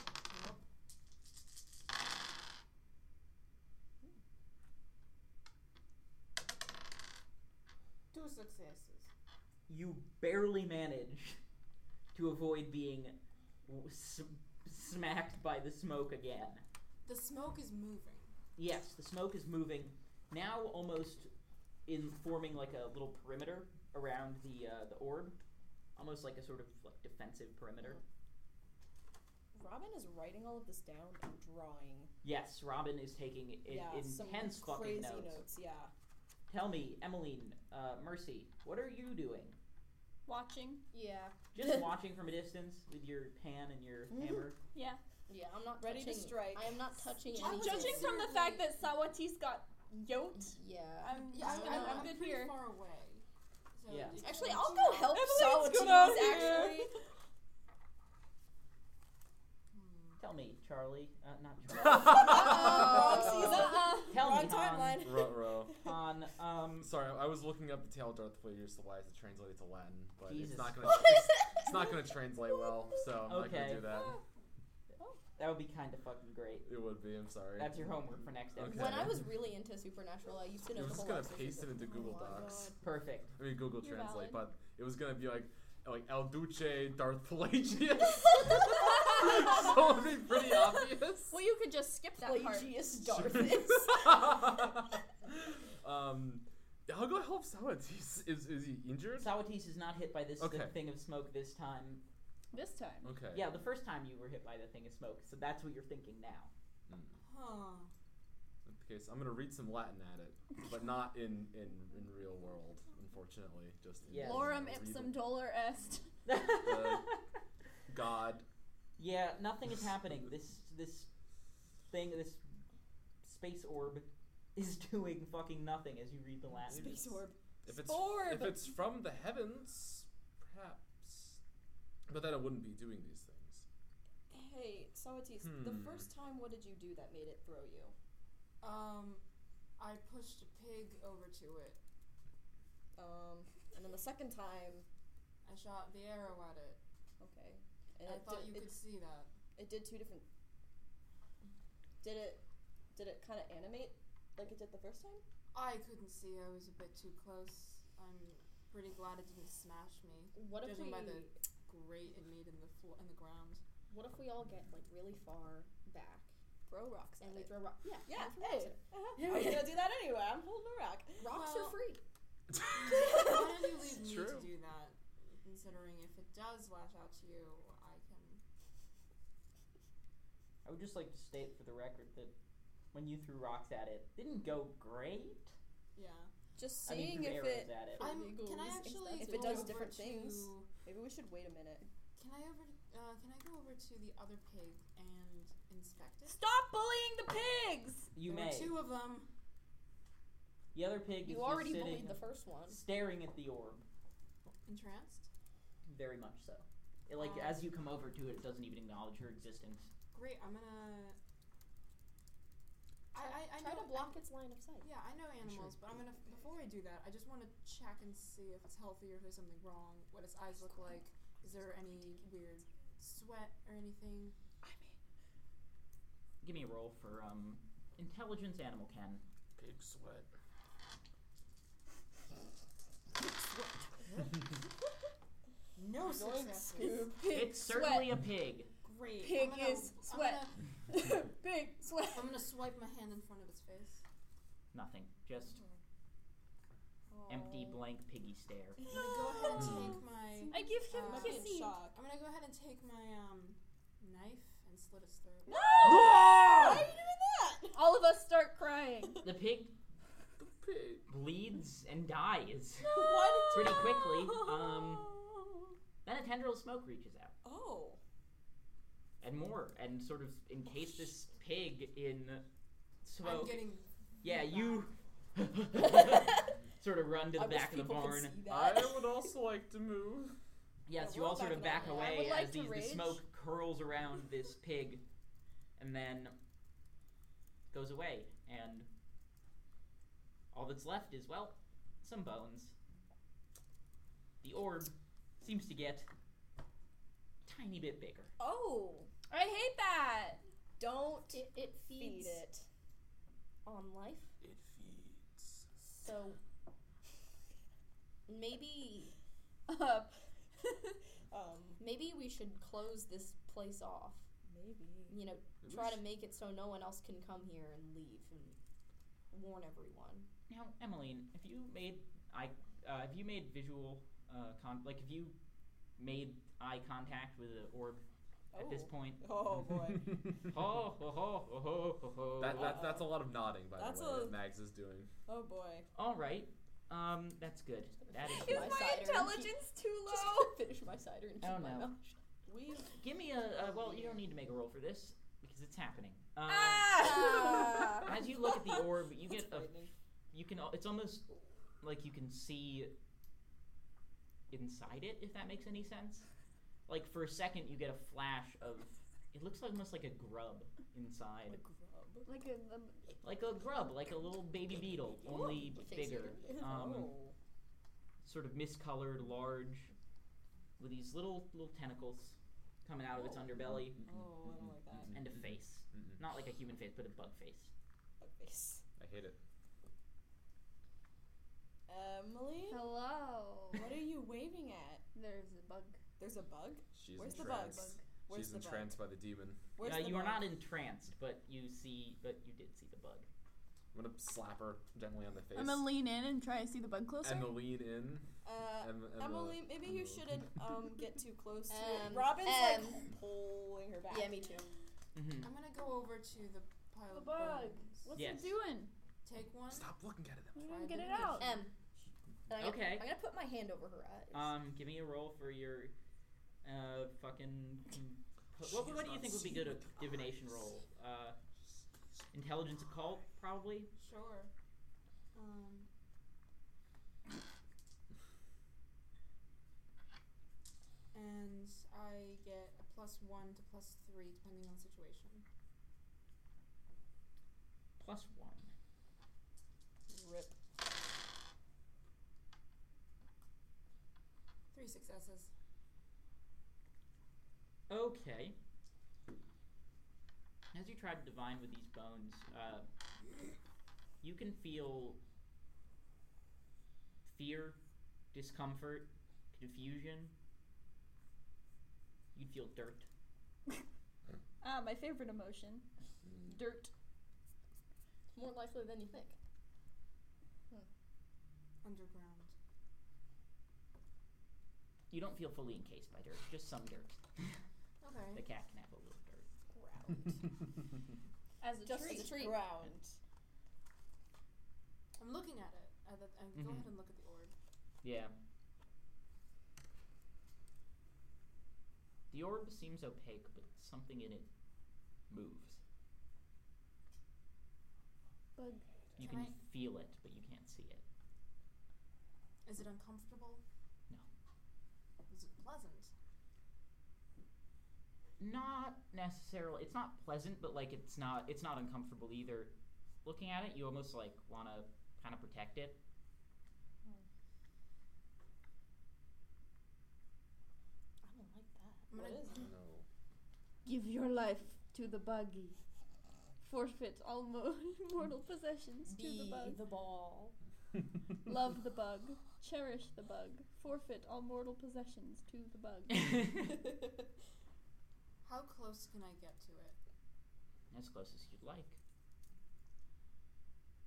Two successes. You barely manage to avoid being w- s- smacked by the smoke again. The smoke is moving. Yes, the smoke is moving now, almost in forming like a little perimeter around the uh, the orb, almost like a sort of like defensive perimeter. Robin is writing all of this down and drawing. Yes, Robin is taking i- yeah, some intense crazy fucking notes. Yeah. Tell me, Emmeline, uh, Mercy, what are you doing? Watching. Yeah. Just watching from a distance with your pan and your Mm-hmm. hammer. Yeah. Yeah, I'm not Ready to touching- strike. I am not touching Why anything. was Judging it from the considerably- fact that Sawati's got yoked, Yeah. I'm, Yeah, Mm-hmm. I'm, I'm, I'm, I'm, good pretty here. far away. So Yeah. did you Actually, want I'll to go roll? help Evelyn's Solitude. good out here. Actually, Hmm. Tell me, Charlie, uh, not Charlie. Uh-oh. Wrong season. Uh-uh. Tell me, Wrong Han, timeline. Ruh row. Han, um, Sorry, I was looking up the tale of Darth Vader's supplies to translate it to Latin, but Jesus it's not gonna fuck. it's, it's not gonna translate well, so I'm not Okay. gonna do that. that would be kind of fucking great. It would be. I'm sorry. That's your homework for next episode. Okay. When I was really into Supernatural, I used to know I was the whole just gonna episode. paste it into Oh Google my Docs. Perfect. I mean Google You're Translate, valid. but it was gonna be like like El Duce Darth Pelagius. so it'd be pretty obvious. Well, you could just skip that part. Plagius Sure. Darth. um, How go help Salatis? Is is he injured? Sawatis is not hit by this Okay. thing of smoke this time. This time. Okay. Yeah, the first time you were hit by the thing of smoke, so that's what you're thinking now. Huh. Okay, so I'm gonna read some Latin at it, but not in in in real world, unfortunately. Just in Yes. Lorem read ipsum dolor est. Uh. God. yeah, nothing is happening. This this thing, this space orb, is doing fucking nothing as you read the Latin. Space orb. If it's Orb. if it's from the heavens, perhaps. But then it wouldn't be doing these things. Hey, Sawatis, the Hmm. first time, what did you do that made it throw you? Um, I pushed a pig over to it. Um, and then the second time, I shot the arrow at it. okay. And I it thought did, you it, could see that. it did two different. Did it? Did it kind of animate like it did the first time? I couldn't see. I was a bit too close. I'm pretty glad it didn't smash me. What if Judging we by the grate it made in the floor in the ground. What if we all get like really far back Throw rocks and at we it. throw rock? Yeah, Yeah, we throw hey. rocks at it. Uh-huh. I was gonna do that anyway. I'm holding a rock. Rocks Well, are free. Why don't you leave It's me true. to do that? Considering if it does lash out to you, I can. I would just like to state for the record that when you threw rocks at it, it didn't go great. Yeah. Just I mean, seeing through if arrows it. at it. For I'm, legal can I reasons, actually? If it go does over different things. to- Maybe we should wait a minute. Can I over? Uh, can I go over to the other pig and inspect it? Stop bullying the pigs! You there may. Were two of them. The other pig is You just already sitting bullied the first one. staring at the orb. Entranced. Very much so. It, like Um, as you come over to it, it doesn't even acknowledge her existence. Great. I'm gonna. I I, I Try know, to block its line of sight. I- yeah, I know animals, but I'm gonna before I do that, I just want to check and see if it's healthy or if there's something wrong. What its eyes look like. Is there any weird sweat or anything? Give me a roll for um, intelligence animal ken. Pig sweat. No success. Scoop. It's certainly a pig. Great. Pig I'm gonna, is I'm sweat. gonna- Big sweat. I'm gonna swipe my hand in front of its face. Nothing. Just Oh. empty, blank piggy stare. I'm gonna go ahead and take my. I give him Uh, Might be in kissy. shock. I'm gonna go ahead and take my um knife and slit its throat. Why are you doing that? All of us start crying. The pig Pig. bleeds and dies Why did pretty quickly. Um, then a tendril of smoke reaches out, Oh. and more, and sort of encase this pig in I'm smoke. getting. Yeah, you sort of run to the I wish back of the people could barn. see I that. would also like to move. Yes, Yeah, you we're all sort of backing back up. Yeah, I away would like as to these, the rage. smoke curls around this pig, and then goes away, and all that's left is well, some bones. The orb seems to get tiny bit bigger. Oh. I hate that. Don't It, it feed feeds it. on life. It feeds. So maybe Up. Um, maybe we should close this place off. maybe. You know, try to make it so no one else can come here and leave and warn everyone. Now, Emmeline, have you made I uh, have you made visual uh, con- like have you made eye contact with the orb at this Oh. point? Oh boy. ho ho ho ho ho ho. ho. that, that, that's a lot of nodding, by That's the way, a- that Mags is doing. Oh boy. All right. Um, that's good. That is Is good. Is My my cider. intelligence too Just low? Oh, finish my cider and keep Oh, my no. mouth. We Give me a, a. Well, you don't need to make a roll for this because it's happening. Um, uh, Ah! as you look at the orb, you get a. frightening. You can. al- It's almost like you can see inside it, if that makes any sense. Like for a second, you get a flash of. It looks almost like a grub a inside, grub. Like a, um, like a grub, like a little baby beetle, only bigger. Um, oh. sort of miscolored, large, with these little little tentacles coming out of its Oh. underbelly Mm-hmm. Oh, I don't like that. and a face. Mm-mm. Not like a human face, but a bug face. A face. Mm-hmm. I hate it. Emily, hello. what are you waving at? There's a bug. There's a bug. She's Where's the bug? entranced. Where's She's the bug? entranced by the demon. Where's Uh, the you bug? are not entranced, but you see, but you did see the bug. I'm gonna slap her gently on the face. I'm gonna lean in and try to see the bug closer. Emma lean in. Uh, Emma, Emma- Emily, maybe you Emma- shouldn't um get too close to Um, it. Robin's um. like pulling her back. Yeah, me too. Mm-hmm. Mhm. I'm gonna go over to the pile The of bug. bones. What's Yes. it doing? Take one. Stop looking at it. We Try didn't get it doing this. out. M. And I'm gonna- Okay. I'm gonna put my hand over her eyes. Um, give me a roll for your uh fucking. com- She What, does what do you not think would be see good a with her divination eyes. roll? Uh, intelligence occult probably. Sure. Um. And I get a plus one to plus three depending on situation. Plus one. Rip. Three successes. Okay. As you try to divine with these bones, uh, you can feel fear, discomfort, confusion. You feel dirt. Ah, my favorite emotion. Dirt. More likely than you think. Underground. You don't feel fully encased by dirt, just some dirt. The Okay. cat can have a little dirt. As a Just treat. as a ground. I'm looking at it. At the, I'm Go Mhm. ahead and look at the orb. Yeah. The orb seems opaque, but something in it moves. Bug. You Can can feel it, but you can't see it. Is it uncomfortable? No. Is it pleasant? Not necessarily. It's not pleasant, but like it's not. It's not uncomfortable either. Looking at it, you almost like want to kind of protect it. I don't like that. I'm What gonna is it? No. Give your life to the buggy. Forfeit all mo- mortal possessions to the Be bug. the ball. Love the bug. Cherish the bug. Forfeit all mortal possessions to the bug. How close can I get to it? as close as you'd like.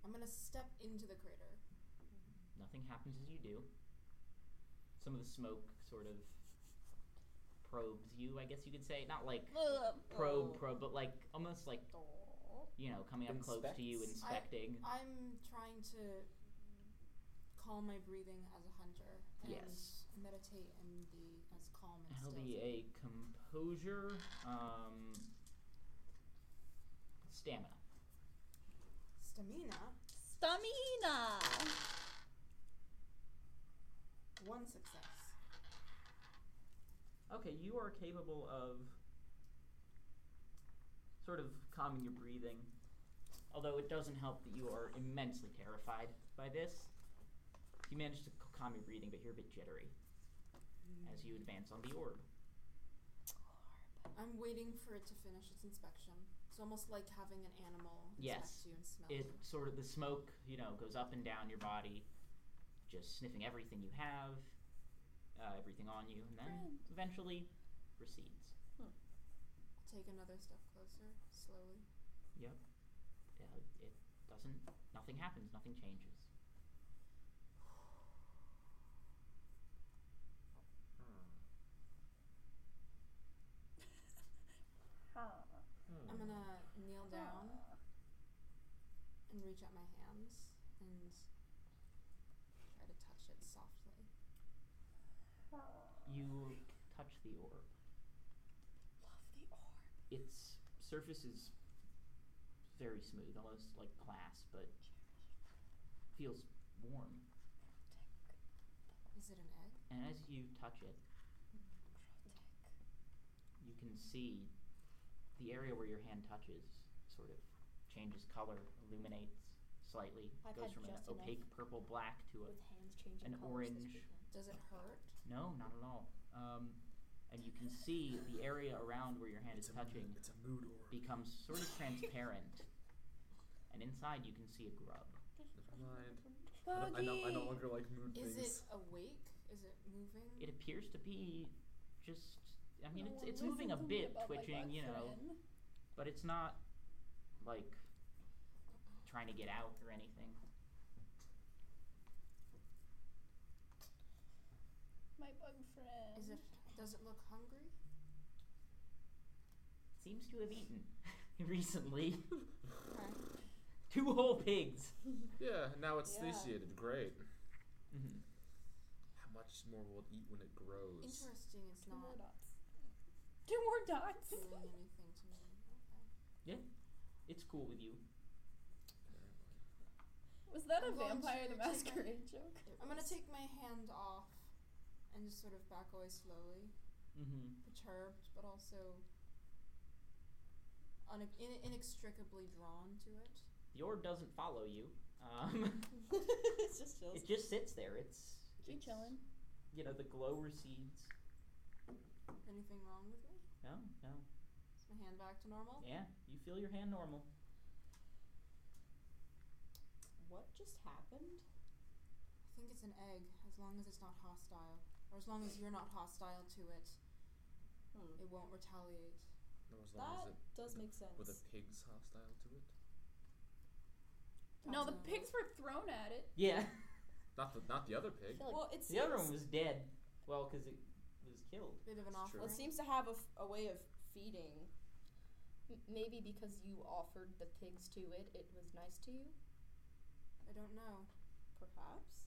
I'm gonna step into the crater. Nothing happens as you do. Some of the smoke sort of probes you. I guess you could say not like Ugh. probe Oh. probe, but like almost like Aw. you know, coming up close to you, Inspects. I- inspecting. I'm trying to calm my breathing as a hunter and Yes. meditate and be as calm and That'll still. be a composure, um, stamina. Stamina, Stamina! one success. Okay, you are capable of sort of calming your breathing, although it doesn't help that you are immensely terrified by this. You manage to c- calm your breathing, but you're a bit jittery as you advance on the orb. I'm waiting for it to finish its inspection. It's almost like having an animal Yes. inspect you and smell It you. sort of the smoke, you know, goes up and down your body, just sniffing everything you have, uh, everything on you, and then Friend. eventually recedes. Take another step closer, slowly. uh, it doesn't nothing happens nothing changes Hmm. I'm gonna kneel down and reach out my hands and try to touch it softly. you touch the orb love the orb its surface is very smooth almost like glass but feels warm Is it an egg? and as you touch it you can see the area where your hand touches sort of changes color illuminates slightly I've goes had from an just enough. opaque purple black to a With hands changing An colors this orange. weekend. Does it hurt? No, not at all. Um, and you can see the area around where your hand is It's a touching It's a mood orb. becomes sort of transparent, and inside you can see a grub. Never mind. I don't- I, Buggy! no, I no longer like mood Is things. it awake? Is it moving? It appears to be just. I mean, No one it's it's listen moving a to me bit, about my twitching, bug you know, friend. but it's not like trying to get out or anything. My bug friend. Is it? Does it look hungry? Seems to have eaten recently Okay. two whole pigs. Yeah, now it's Yeah. satiated. Great. Mm-hmm. Mhm. How much more will it eat when it grows? Interesting. It's Two more not dots. Two more dots. doing anything to me. Okay. It's cool with you. Was that a I'm going to Vampire the take my- Masquerade joke? It I'm gonna was- take my hand off and just sort of back away slowly, Mm-hmm. perturbed but also un- in- inextricably drawn to it. The orb doesn't follow you. Um, it's just chills. it just sits there. It's She it's- chillin'. You know, the glow recedes. Anything wrong with me? No, no. Is my hand back to normal? Yeah, you feel your hand normal. What just happened? I think it's an egg, as long as it's not hostile. Or as long as you're not hostile to it, Hmm. it won't retaliate. Or as long That as it, does make sense. were the pigs hostile to it? No, the That's pigs were thrown at it. Yeah. Not the not the other pig. feel like well, it The other one was seems- dead. Well, because it was killed. a Bit of It's an true. offering. Well, it seems to have a, f- a way of feeding. M- maybe because you offered the pigs to it, it was nice to you. I don't know. Perhaps.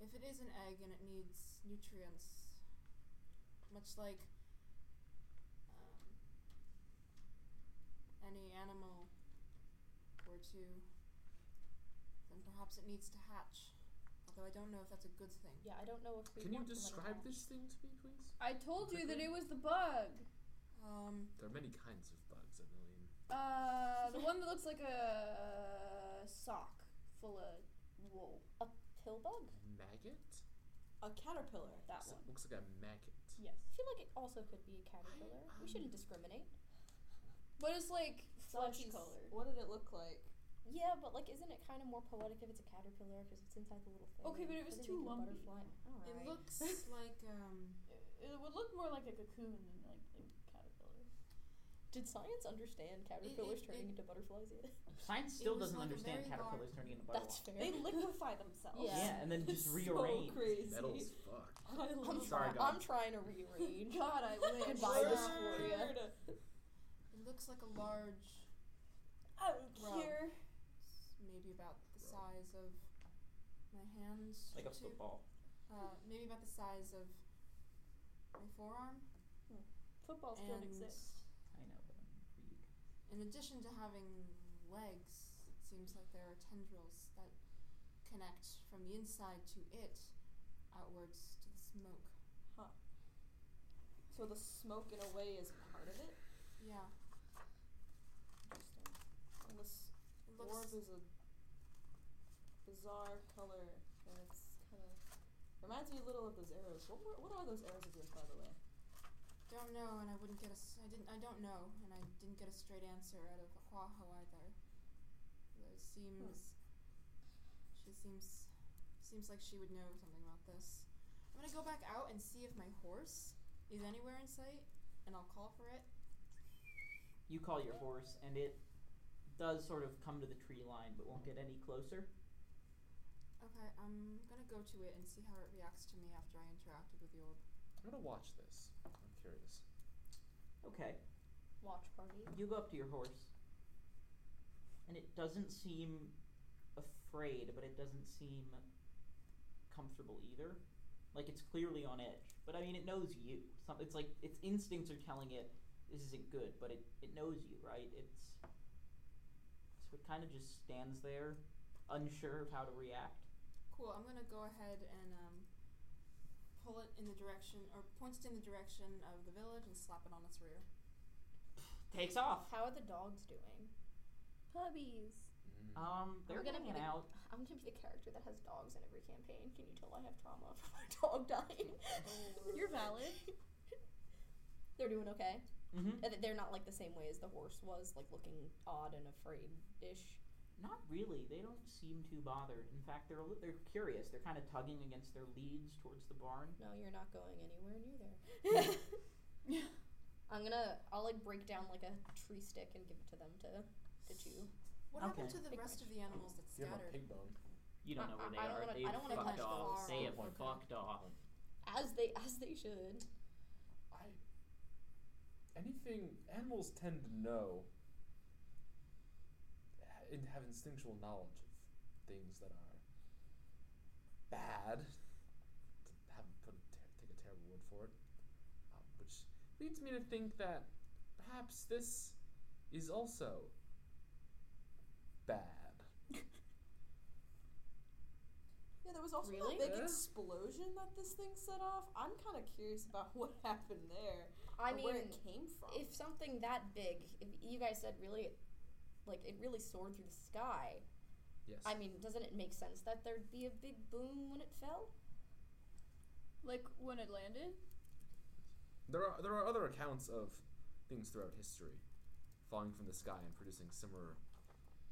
If it is an egg and it needs nutrients, much like um, any animal were to, then perhaps it needs to hatch. Although I don't know if that's a good thing. Yeah, I don't know if we Can you want them in a describe batch. this thing to me, please? I told you that it was the bug. Um, There are many kinds of bugs, Emily. Uh, the one that looks like a sock full of wool. pill bug? Maggot? A caterpillar. That Looks one. like- Looks like a maggot. Yes. I feel like it also could be a caterpillar. We shouldn't discriminate. But it's like flesh Flesh colored. What did it look like? Yeah, but like, isn't it kind of more poetic if it's a caterpillar because it's inside the little thing? Okay, but it was doesn't too make a lumpy. Butterfly. All it right. looks like um, It would look more like a cocoon than like a caterpillar. Did science understand caterpillars it- turning it- into butterflies yet? Science still was doesn't like a understand very caterpillars large- turning into That's butterflies. fair. They liquefy themselves. Yeah. and then It's just rearrange. So crazy. Metal as fuck. I I'm love Sorry, try- guys. I'm trying to rearrange. God, I wish. Goodbye, Sure. dysphoria. it looks like a large, I'm Rub. here. s- maybe about the size of my hands. Like a two- football. Uh, maybe about the size of my forearm. Football still and exists. I know, but I'm weak. in addition to having legs, it seems like there are tendrils that connect from the inside to it outwards to the smoke. So the smoke, in a way, is part of it. Yeah, And the s- it orb looks is a bizarre color, and it's kind of reminds me a little of those arrows. What, were, what are those arrows of yours, by the way? don't know, and I wouldn't get a s- I didn't I don't know, and I didn't get a straight answer out of Aquaho either. It seems she seems seems like she would know something about this. I'm gonna go back out and see if my horse is anywhere in sight, and I'll call for it. You call your horse, and it does sort of come to the tree line, but won't get any closer. Okay, I'm gonna go to it and see how it reacts to me after I interacted with the orb. I'm gonna watch this. I'm curious. Okay. Watch party. You go up to your horse, and it doesn't seem afraid, but it doesn't seem comfortable either. Like it's clearly on edge, but I mean, it knows you. Some, it's like its instincts are telling it this isn't good, but it, it knows you, right? It's so it kind of just stands there, unsure of how to react. Cool. I'm gonna go ahead and um, pull it in the direction, or point it in the direction of the village, and slap it on its rear. Takes off. How are the dogs doing? Puppies. Mm. Uh, Um, We're they're gonna hanging be- out. I'm gonna be the character that has dogs in every campaign. Can you tell I have trauma from my dog dying? Oh. You're valid. They're doing okay. Mm-hmm. Uh, th- They're not like the same way as the horse was, like looking odd and afraid-ish. Not really. They don't seem too bothered. In fact, they're a li- they're curious. They're kind of tugging against their leads towards the barn. No, you're not going anywhere near there. I'm gonna, I'll like break down like a tree stick and give it to them to Did you? What happened Okay. to the Big rest of the animals that You have a scattered? pig bone. You don't I- know where I- they I don't are. wanna- They've I don't wanna fucked touch the off. farm. They have Oh my God. fucked off. As they as they should. I. Anything animals tend to know ha- and have instinctual knowledge of things that are bad. To have put a ter- take a terrible word for it, uh, which leads me to think that perhaps this is also bad. Yeah, there was also Really? that big Yeah. explosion that this thing set off. I'm kind of curious about what happened there. I or mean, where it came from. if something that big, if you guys said really, like it really soared through the sky. Yes. I mean, doesn't it make sense that there'd be a big boom when it fell? Like when it landed? There are there are other accounts of things throughout history falling from the sky and producing similar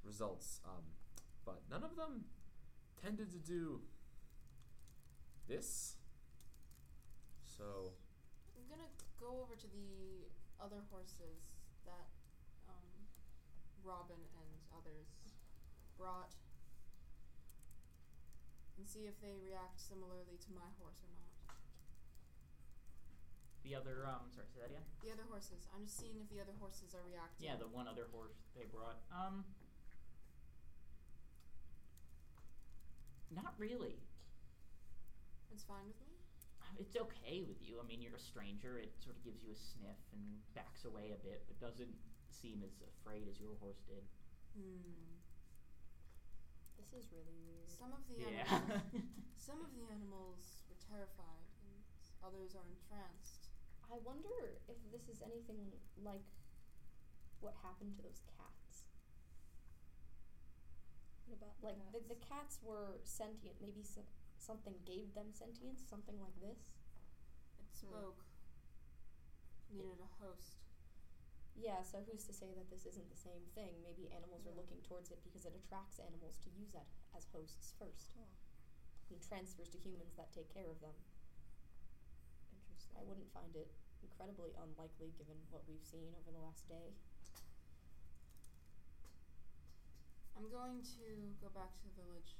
results, um, but none of them tended to do this. So I'm gonna go over to the other horses that um, Robin and others brought and see if they react similarly to my horse or not. The other, um, sorry, say that again. The other horses. I'm just seeing if the other horses are reacting. Yeah, the one other horse they brought. Um, not really. It's fine with me. It's okay with you. I mean, you're a stranger. It sort of gives you a sniff and backs away a bit, but doesn't seem as afraid as your horse did. Hmm. This is really weird. Some of the Yeah. animals, some of the animals were terrified, and others are entranced. I wonder if this is anything like what happened to those cats. What about Like the, the cats were sentient. Maybe some, something gave them sentience. Something like this. It spoke. Needed a host. Yeah. So who's to say that this isn't the same thing? Maybe animals are Yeah. looking towards it because it attracts animals to use that as hosts first, Huh. and transfers to humans that take care of them. Interesting. I wouldn't find it incredibly unlikely given what we've seen over the last day. I'm going to go back to the village.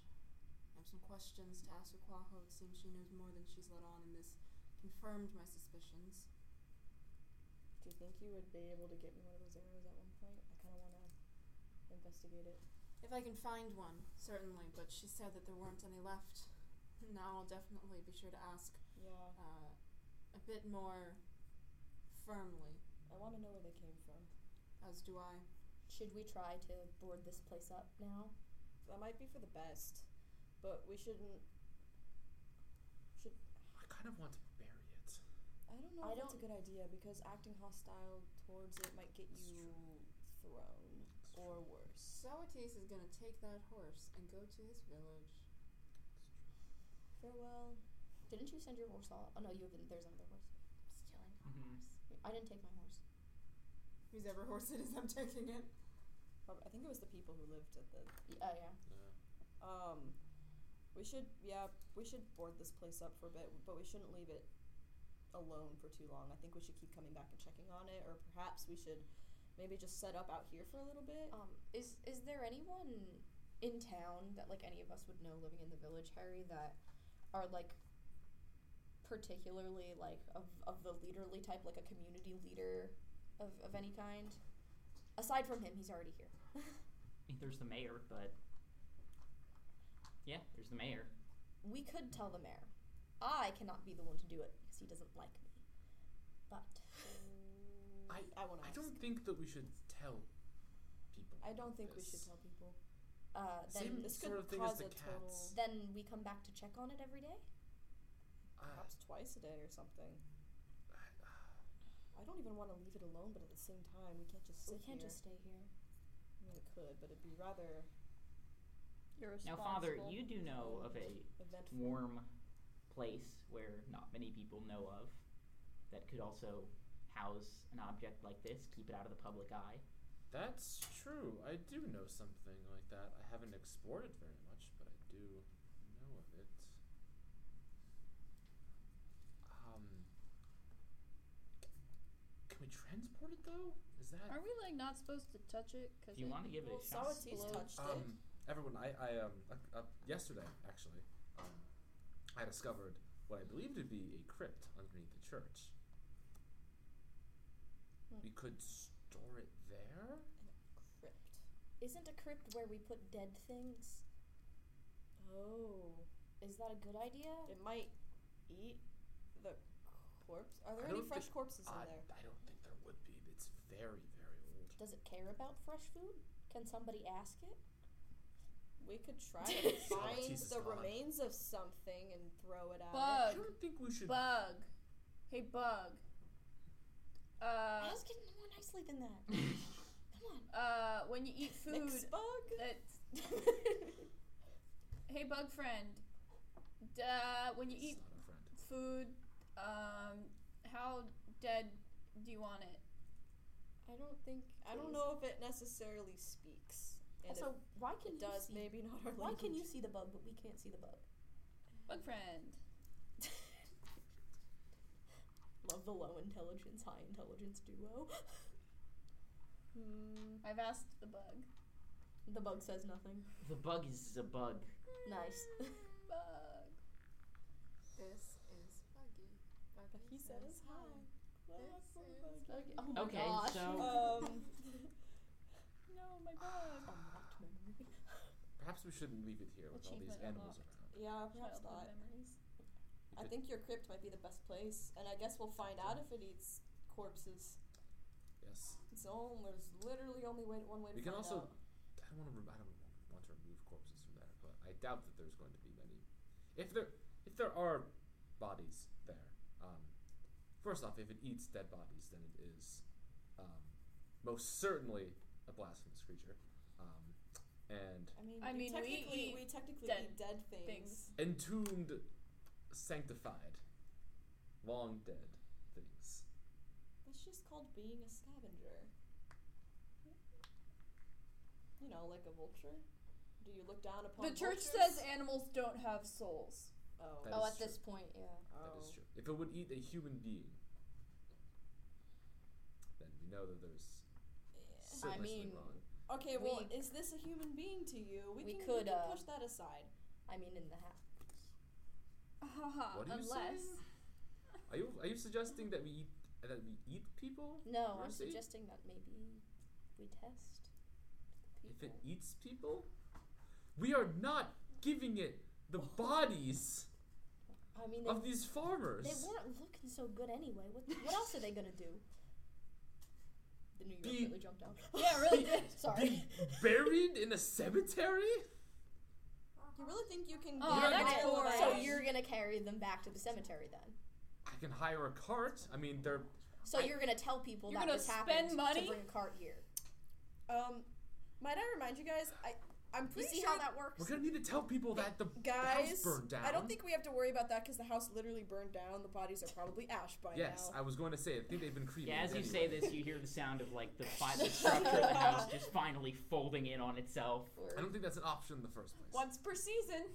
I have some questions to ask Ukwaho. It seems she knows more than she's let on, and this confirmed my suspicions. Do you think you would be able to get me one of those arrows at one point? I kind of want to investigate it. If I can find one, certainly, but she said that there weren't any left. Now I'll definitely be sure to ask Yeah, uh, a bit more firmly, I want to know where they came from. as do I. Should we try to board this place up now? That might be for the best, but we shouldn't. I kind of want to bury it. I don't know I if that's a don't- good idea because acting hostile towards it might get It's you thrown or worse. Sawatis is gonna take that horse and go to his village. Farewell. Didn't you send your horse off? Oh no, you didn't. There's another horse. Stealing Mhm. I didn't take my horse. Whose ever horse it is, I'm taking it. Prob- I think it was the people who lived at the. Y- Oh yeah. Um, we should yeah we should board this place up for a bit, but we shouldn't leave it alone for too long. I think we should keep coming back and checking on it, or perhaps we should maybe just set up out here for a little bit. Um, is is there anyone in town that like any of us would know living in the village, Harry, that are like particularly like of, of the leaderly type, like a community leader of, of any kind? Aside from him, he's already here. I mean, there's the mayor, but yeah, there's the mayor. We could tell the mayor. I cannot be the one to do it because he doesn't like me. But I- I want to. I don't think that we should tell people. I don't think we this. should tell people. uh, then Same this sort could of thing as cause a the total- cats. then we come back to check on it every day. Ah, Perhaps twice a day or something. I- ah. I don't even want to leave it alone, but at the same time, we can't just We sit can't here. just stay here. I mean, it could, but it'd be rather You're Now, responsible. Father, you do know of a eventful. warm place where not many people know of that could also house an object like this, keep it out of the public eye. That's true. I do know something like that. I haven't explored it very much, but I do know of it. Um, c- Can we transport it though? Is that Are we like not supposed to touch it? Cause If you it- want to give it Well, a shot, Sawatsee's Blow. touched it. um everyone? I I um uh, uh, yesterday actually um, I discovered what I believe to be a crypt underneath the church. Hmm. We could store it there. Crypt. Isn't a crypt where we put dead things? Oh. Is that a good idea? It might eat the corpse. Are there I any don't fresh think- corpses I, in there? I don't think there would be. It's very very old. Does it care about fresh food? Can somebody ask it? We could try to find Jeez, it's the gone. remains of something and throw it out. I Bug. don't think we should. Bug. Hey, bug. Uh, I was getting more nicely than that. Come on. uh, when you eat food Next bug. that's. hey, bug friend. Duh, when you It's eat not a food, friend. um, how dead do you want it? I don't think. I don't know if it necessarily speaks. And Also, why if can it does, you see? maybe not our Why can you language. see the bug but we can't see the bug? Bug friend. Love the low intelligence, high intelligence duo. Hmm. I've asked the bug. The bug says nothing. the bug is a bug. Nice. Bug. This is Buggy. Buggy He says hi. This Look, is bug. Okay. Oh my Okay, gosh. so- Um, No, my bug. Unlocked memory. Perhaps we shouldn't leave it here with all these Achievement animals unlocked. around. yeah, perhaps Childhood not. memories. We I could- think your crypt might be the best place, and I guess we'll find out if it eats corpses. yes. It's all there's literally only way, one way to We can find also. out. I don't want to. Re- I don't want to remove corpses from there, but I doubt that there's going to be many. If there, if there are bodies there, um, first off, if it eats dead bodies, then it is um, most certainly a blasphemous creature, um, and I mean, I we mean, we technically, eat we technically dead eat dead things. things. entombed, sanctified, long dead things. That's just called being a scavenger. You know, like a vulture. Do you look down upon The church vultures? says animals don't have souls. Oh, That Oh, is at true. this point, yeah. That oh. is true. If it would eat a human being, then we know that there's Yeah. certainly mean, something wrong. Okay, well, We- is this a human being to you? We, we can, could, we can uh, push that aside. I mean, in the hat. uh, Haha, What are you unless. saying? Are you are you suggesting that we eat that we eat people? No, Wanna I'm see? suggesting that maybe we test the If it people. eats people, we are not giving it the bodies I mean, of they, these farmers. they weren't looking so good anyway. What, what else are they gonna do? The New York Be- really jumped out. yeah, really did. Sorry. Be buried in a cemetery? You really think you can? Oh, get away that's with boring. So that? you're gonna carry them back to the cemetery then. I can hire a cart. I mean, they're So I- you're gonna tell people You're that gonna this happened spend money? to bring a cart here. Um, might I remind you guys? I I'm You pretty see sure how that works? we're gonna need to tell people that the house guys. burned down. I don't think we have to worry about that because the house literally burned down. The bodies are probably ash by Yes, now. I was going to say. I think they've been creeping. Yeah, as you anyway. say this, you hear the sound of like the, fi- the structure of the house just finally folding in on itself. Or- I don't think that's an option in the first place. Once per season.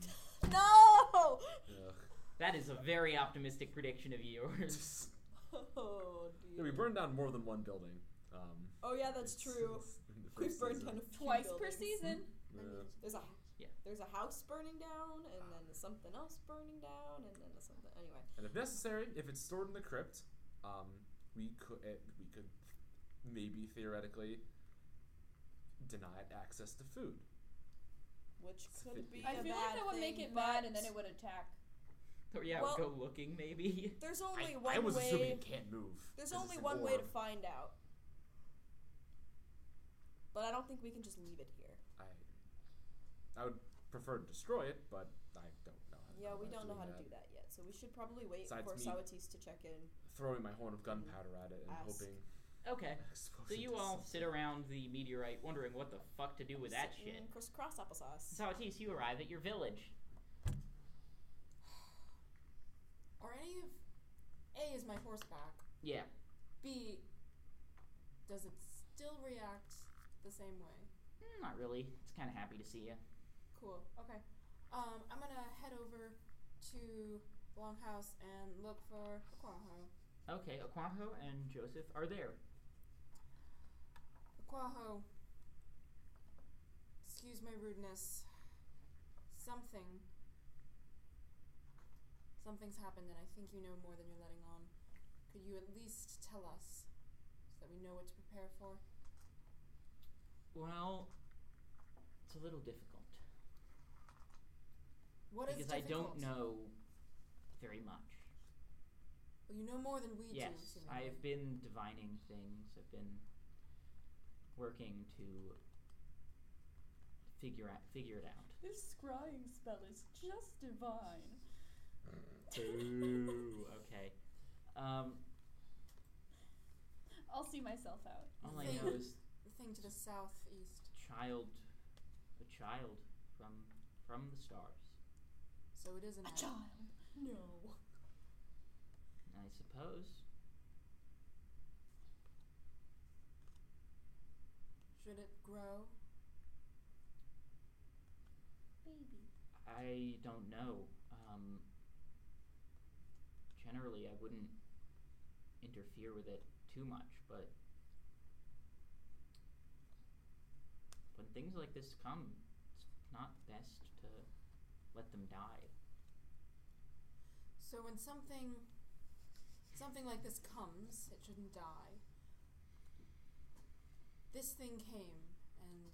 Mm, No. ugh. That is a very optimistic prediction of yours. Oh Yeah, dear. we burned down more than one building. Um, Oh yeah, that's it's- true. it's in the We first burned season. down a few Twice per buildings. season. Yeah. There's a Yeah. There's a house burning down, and then there's something else burning down, and then there's something. Anyway, And if necessary, if it's stored in the crypt, um, we could eh, we could maybe theoretically deny it access to food. which It's could fifty. be. I a feel like bad that would make thing, it mad but and then it would attack. Or yeah, Well- go looking maybe. There's I- only I, one was assuming way. it can't move. There's 'cause only it's an one way to orb. find out. But I don't think we can just leave it here. I, I would prefer to destroy it, but I don't know. How to Yeah, we go about don't know doing how to do that yet, so we should probably wait Besides for me- Sawatis to check in. Throwing my horn of gunpowder at it and Ask. hoping. Mm. Okay. an So explosion you does all something. sit around the meteorite wondering what the fuck to do with that Sitting shit. Crisscross applesauce. Sawatis, you arrive at your village. Are any of A is my horseback. Yeah. B does it still react the same way? Mm, Not really. It's kind of happy to see you. Cool. Okay. Um, I'm gonna head over to Longhouse and look for Quaho. Okay, Aquanho and Joseph are there. Aquaho, excuse my rudeness. Something. Something's happened, and I think you know more than you're letting on. Could you at least tell us so that we know what to prepare for? Well, it's a little difficult What is because I don't difficult? know very much. Well, you know more than we yes, do. seemingly. I've been divining things. I've been working to figure out figure it out. This scrying spell is just divine. Ooh, okay. Um, I'll see myself out. all I Thing. know is The thing to the southeast. child, a child from from the stars. So it isn't. No. I suppose. Should it grow? I don't know. Um, generally, I wouldn't interfere with it too much, but when things like this come, it's not best to let them die. So when something something like this comes, it shouldn't die. This thing came and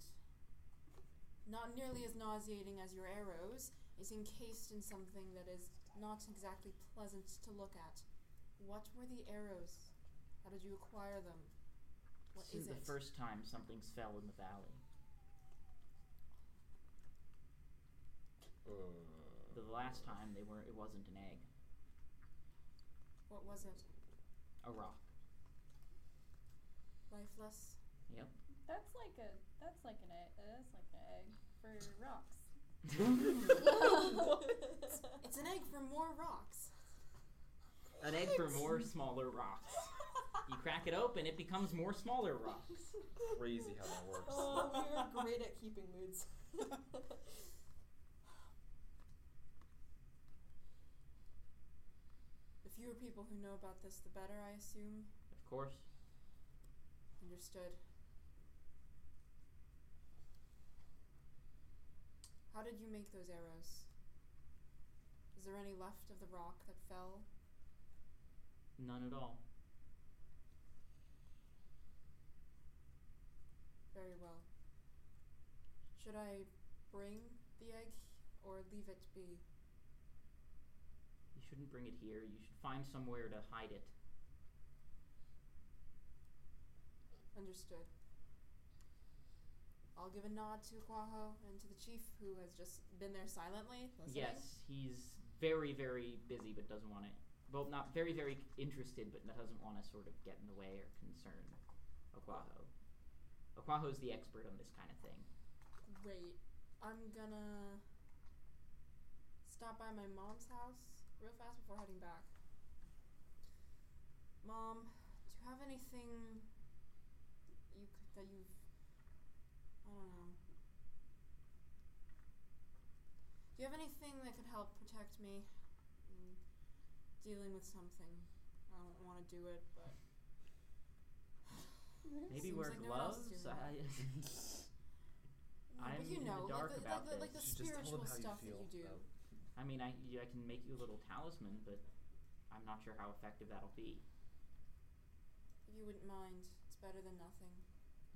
not nearly as nauseating as your arrows, is encased in something that is not exactly pleasant to look at. What were the arrows? How did you acquire them? What this is isn't the it? first time something's fell in the valley. The last time they were, it wasn't an egg, What was it? a rock. Lifeless? That's like a that's like an egg that's like an egg for rocks. It's an egg for more rocks. an egg for more smaller rocks. You crack it open, it becomes more smaller rocks. Crazy how that works. Oh, we are great at keeping moods. The fewer people who know about this, the better, I assume. Of course, Understood. How did you make those arrows? Is there any left of the rock that fell? none at all. Very well. Should I bring the egg or leave it be? You shouldn't bring it here. You should find somewhere to hide it. Understood. I'll give a nod to Quaho and to the chief who has just been there silently. listening. Yes, he's very, very busy, but doesn't want to. Well, not very, very interested, but doesn't want to sort of get in the way or concern Okwaho. Okwaho's the expert on this kind of thing. Great. I'm gonna stop by my mom's house real fast before heading back. Mom, do you have anything you could, that you've I don't know. Do you have anything that could help protect me? Mm, dealing with something. I don't want to do it, but Maybe Seems wear like no one else gloves. is I, doing No, but I'm you in the know, dark like the, about like the, like the this. You should just tell spiritual them how you stuff feel Oh. that you do. about I mean, I, yeah, I can make you a little talisman, but I'm not sure how effective that'll be. If you wouldn't mind, it's better than nothing.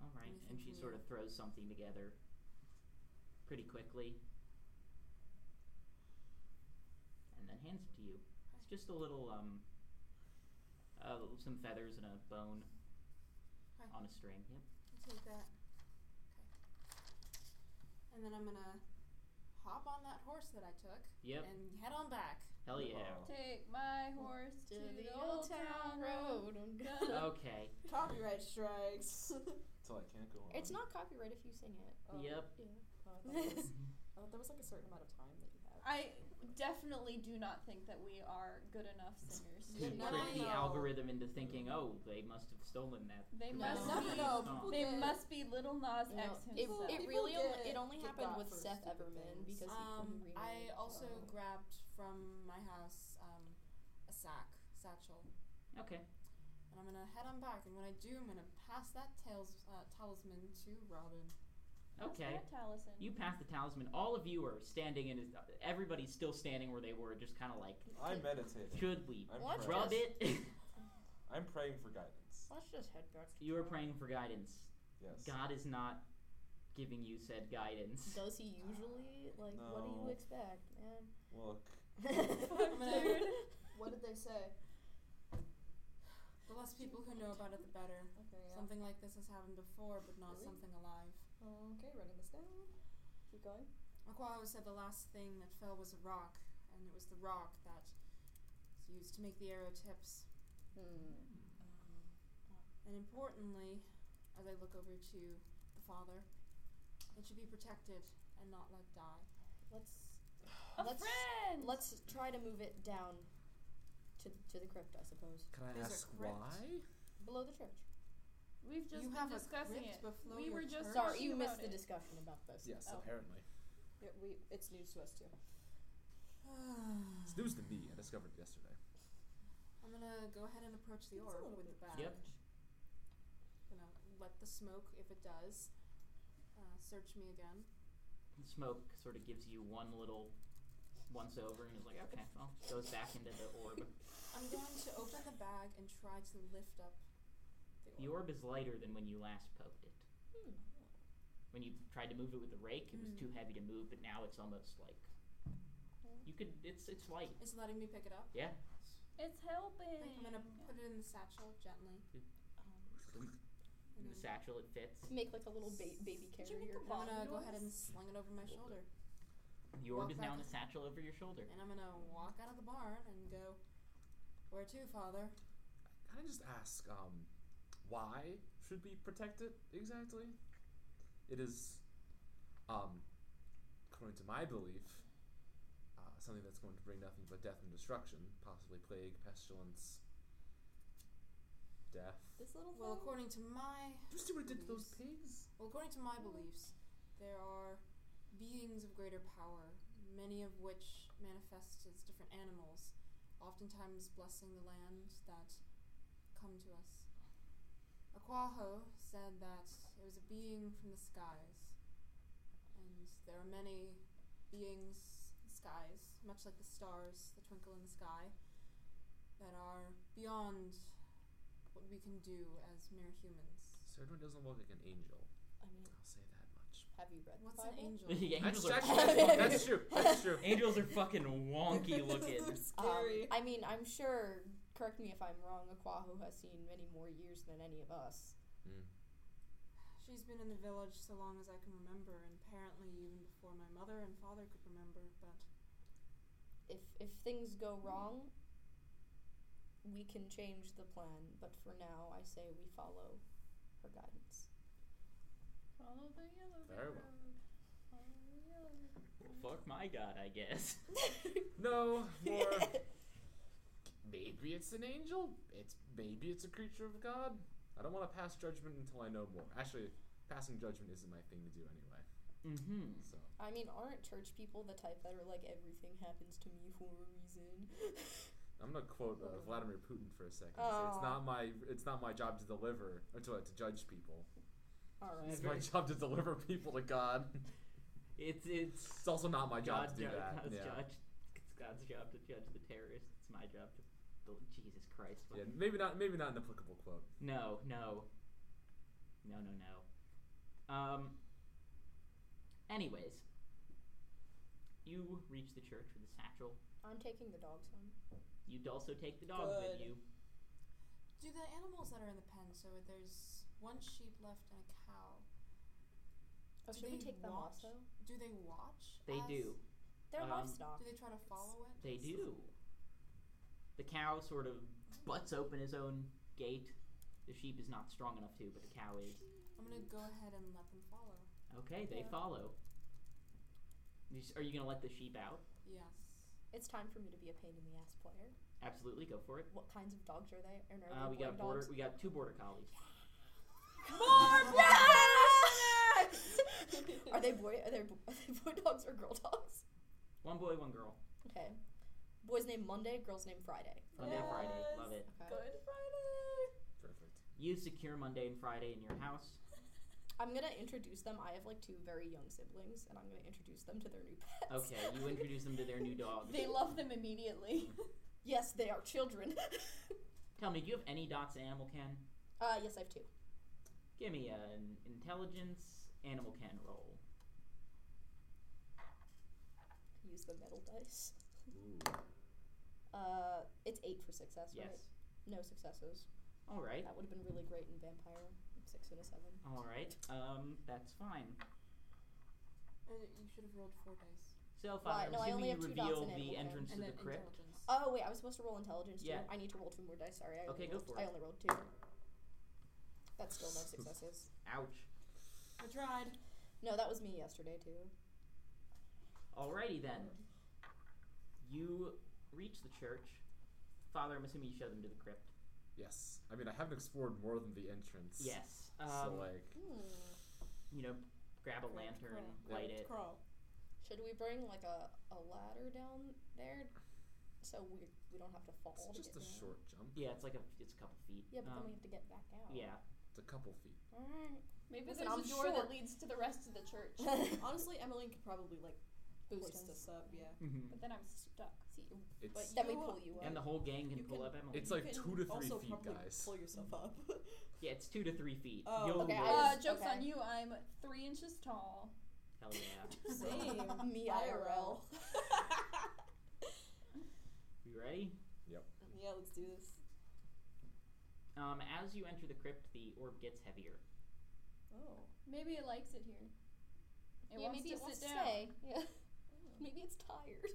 All right, Anything and from she you. sort of throws something together pretty quickly, and then hands it to you. It's just a little um, uh, some feathers and a bone Hi. on a string. Yep. I'll take that. Okay. And then I'm gonna hop on that horse that I took Yep. and head on back. Hell yeah. Wow. Take my horse To the old town road. okay. Copyright strikes. Till I can't go on. It's not copyright if you sing it. Oh, Yep. Yeah. oh, I thought it was- I thought there was like a certain amount of time that you have. I definitely do not think that we are good enough singers. You Did not tricked the know. algorithm into thinking, oh, they must have stolen that. They from No. must that be. song." No, They Okay. must be Little Nas X it, himself. it People really only, get- it only get happened got with for Seth stupid Everman things. because he Um, couldn't I read. also so. grabbed from my house um, a sack satchel Okay. And I'm gonna head on back, and when I do, I'm gonna pass that tales, uh, talisman to Robin. Okay. Talisman. You pass the talisman. All of you are standing, and everybody's still standing where they were, just kind of like, I meditated. should we I'm Watch praying. rub it? I'm praying for guidance. Let's just head back. to you are town. praying for guidance. Yes. God is not giving you said guidance. Does he usually? Like, what do No. you expect, man? Look, I'm gonna, What did they say? the less people who know about it, the better. Okay, yeah. Something like this has happened before, but not Really? something alive. Okay, writing this down. Keep going. Aquaho said the last thing that fell was a rock, and it was the rock that is used to make the arrow tips. Hmm. Um, And importantly, as I look over to the father, it should be protected and not let die. Let's A let's friend. let's try to move it down to to the crypt, I suppose, Can I There's a ask crypt. why? below the church. We've just you been have a discussing it. crypt below We your were just church? talking Sorry, you about missed the it. discussion about this. Yes, Oh. apparently. Yeah, we it's news to us too. I'm it's news to me. I discovered it yesterday. gonna go ahead and approach the It's a orb little with the bit badge. Yep. Gonna let the smoke, if it does, uh, search me again. Smoke sort of gives you one little once over, and is like, okay, well, goes back into the orb. I'm going to open the bag and try to lift up the orb. The orb is lighter than when you last poked it. Hmm. When you tried to move it with a rake, it was Mm. too heavy to move, but now it's almost like you could. It's it's light. It's letting me pick it up. Yeah. It's helping. I'm gonna put it in the satchel gently. Um, In the satchel, it fits. Make like a little ba- baby Did carrier. you make a I'm gonna go noise? ahead and sling it over my shoulder. The orb Walk is now in back. a satchel over your shoulder. And I'm gonna walk out of the barn and go, Where to, father? Can I just ask, um, why should we protect it exactly? It is, um, according to my belief, uh, something that's going to bring nothing but death and destruction, possibly plague, pestilence, death. This little Well, according to my Do you see what it did to those Please. pigs? Well, according to my beliefs, there are beings of greater power, many of which manifest as different animals, oftentimes blessing the land that come to us. Aquaho said that it was a being from the skies, and there are many beings in the skies, much like the stars that twinkle in the sky, that are beyond what we can do as mere humans. Sarah doesn't look like an angel. I mean, I'll say that much. have you read What's the an Bible? angel? yeah, angels That's are actually that's true. That's true. angels are fucking wonky looking. Um, I mean, I'm sure. Correct me if I'm wrong. Aquahu has seen many more years than any of us. She's been in the village so long as I can remember, and apparently even before my mother and father could remember. But If if things go wrong, we can change the plan. But for now, I say we follow her guidance. Follow the yellow Very well. road. Follow the yellow road. Well, fuck my god, I guess. No, more. maybe it's an angel. It's maybe it's a creature of God. I don't want to pass judgment until I know more. Actually, passing judgment isn't my thing to do anyway. Mm-hmm. So I mean, aren't church people the type that are like everything happens to me for a reason? I'm gonna quote uh, Vladimir Putin for a second. Say, Aw. it's not my it's not my job to deliver or to, to judge people. All right. It's my job to deliver people to God. It's it's It's also not my job God's to do job, that. God's yeah. judge, it's God's job to judge the terrorists. It's my job to. to- Jesus Christ. yeah, maybe not. Maybe not an applicable quote. No, no. No, no, no. Um. Anyways, you reach the church with the satchel. I'm taking the dogs home. You'd also take the dog with Good. you. do the animals that are in the pen? So there's one sheep left and a cow. Oh, Do should we they take them watch? also? Do they watch? They as- do. They're Um, livestock. Do they try to follow it? They do. The cow sort of butts open his own gate. The sheep is not strong enough to, but the cow is. I'm gonna go ahead and let them follow. Okay, they Yeah. follow. You s- Are you gonna let the sheep out? Yes. It's time for me to be a pain in the ass player. Absolutely, go for it. What kinds of dogs are they? And are Uh, they we got born border. dogs? We got two border collies. More dogs! are they boy? Are they, bo- are they boy dogs or girl dogs? One boy, one girl. Okay. Boys named Monday, girls named Friday. Monday and Friday. Love it. Okay. Good Friday. Perfect. You secure Monday and Friday in your house. I'm gonna introduce them. I have like two very young siblings, and I'm gonna introduce them to their new pets. Okay, you introduce them to their new dog. They love them immediately. yes, they are children. Tell me, do you have any dots in Animal Ken? uh, yes, I have two. Give me an intelligence Animal Ken roll. Use the metal dice. Ooh. Uh, it's eight for success, yes. right? No successes. All right. That would have been really great in Vampire. Six and a seven. All right. Um, that's fine. Uh, you should have rolled four dice. So, Well, Father, no, I I'm only assuming you have two dots reveal the in Animal Ken. entrance to and the then crypt. intelligence. Oh wait, I was supposed to roll intelligence Yeah. too. I need to roll two more dice. Sorry. I Okay, go only rolled, for I it. only rolled two. That's still no successes. Ouch. I tried. No, that was me yesterday too. Alrighty then. You reach the church. Father, I'm assuming you show them to the crypt. Yes. I mean, I haven't explored more than the entrance. Yes. Um, so like, Hmm. you know, grab a Crypt lantern, crawl. light it. Crawl. Should we bring like a, a ladder down there, so we we don't have to fall? it's to just get a down? short jump. Yeah, it's like a it's a couple feet. Yeah, but then we Um, have to get back out. yeah. It's a couple feet. All right. Maybe Listen, there's I'm a door short. that leads to the rest of the church. Honestly, Emily could probably like Boost hoist us us. up. Yeah. Mm-hmm. but then I'm stuck. See, It's But Then we You pull you up. And the whole gang can You pull can- up Emily. it's like You two to three also feet, probably guys. Pull yourself up. yeah, it's two to three feet. Oh, You'll okay, I roll. uh, just- jokes okay. on you. I'm three inches tall. Hell yeah. Same. me IRL. IRL. You ready? yeah, let's do this. Um, as you enter the crypt, the orb gets heavier. Oh. Maybe it likes it here. It yeah, wants maybe to it sit wants to down. stay. Yeah. maybe it's tired.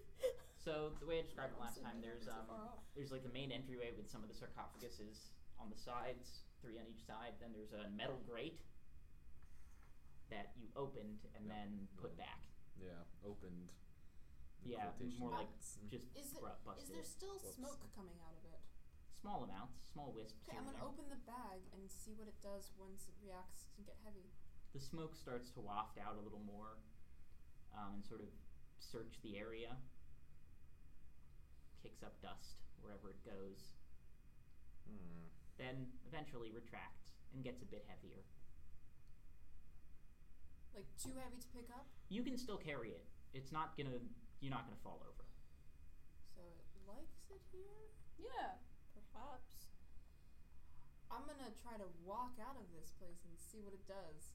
So the way I described it I'm last so time, there's so um, far off. there's like the main entryway with some of the sarcophaguses on the sides, three on each side. Then there's a metal grate that you opened and Yeah. then put Yeah. back. yeah, opened. in Yeah, quotation more like marks. Just Is it- bru- busted. Is there still Whoops. smoke coming out of it? Small amounts, small wisps. Okay, here I'm and gonna there. open the bag and see what it does once it reacts to get heavy. The smoke starts to waft out a little more, um, and sort of search the area. Kicks up dust wherever it goes. Hmm. Then eventually retracts and gets a bit heavier. Like too heavy to pick up, You can still carry it. It's not gonna. You're not gonna fall over. so it likes it here. Yeah. Perhaps. I'm gonna try to walk out of this place and see what it does.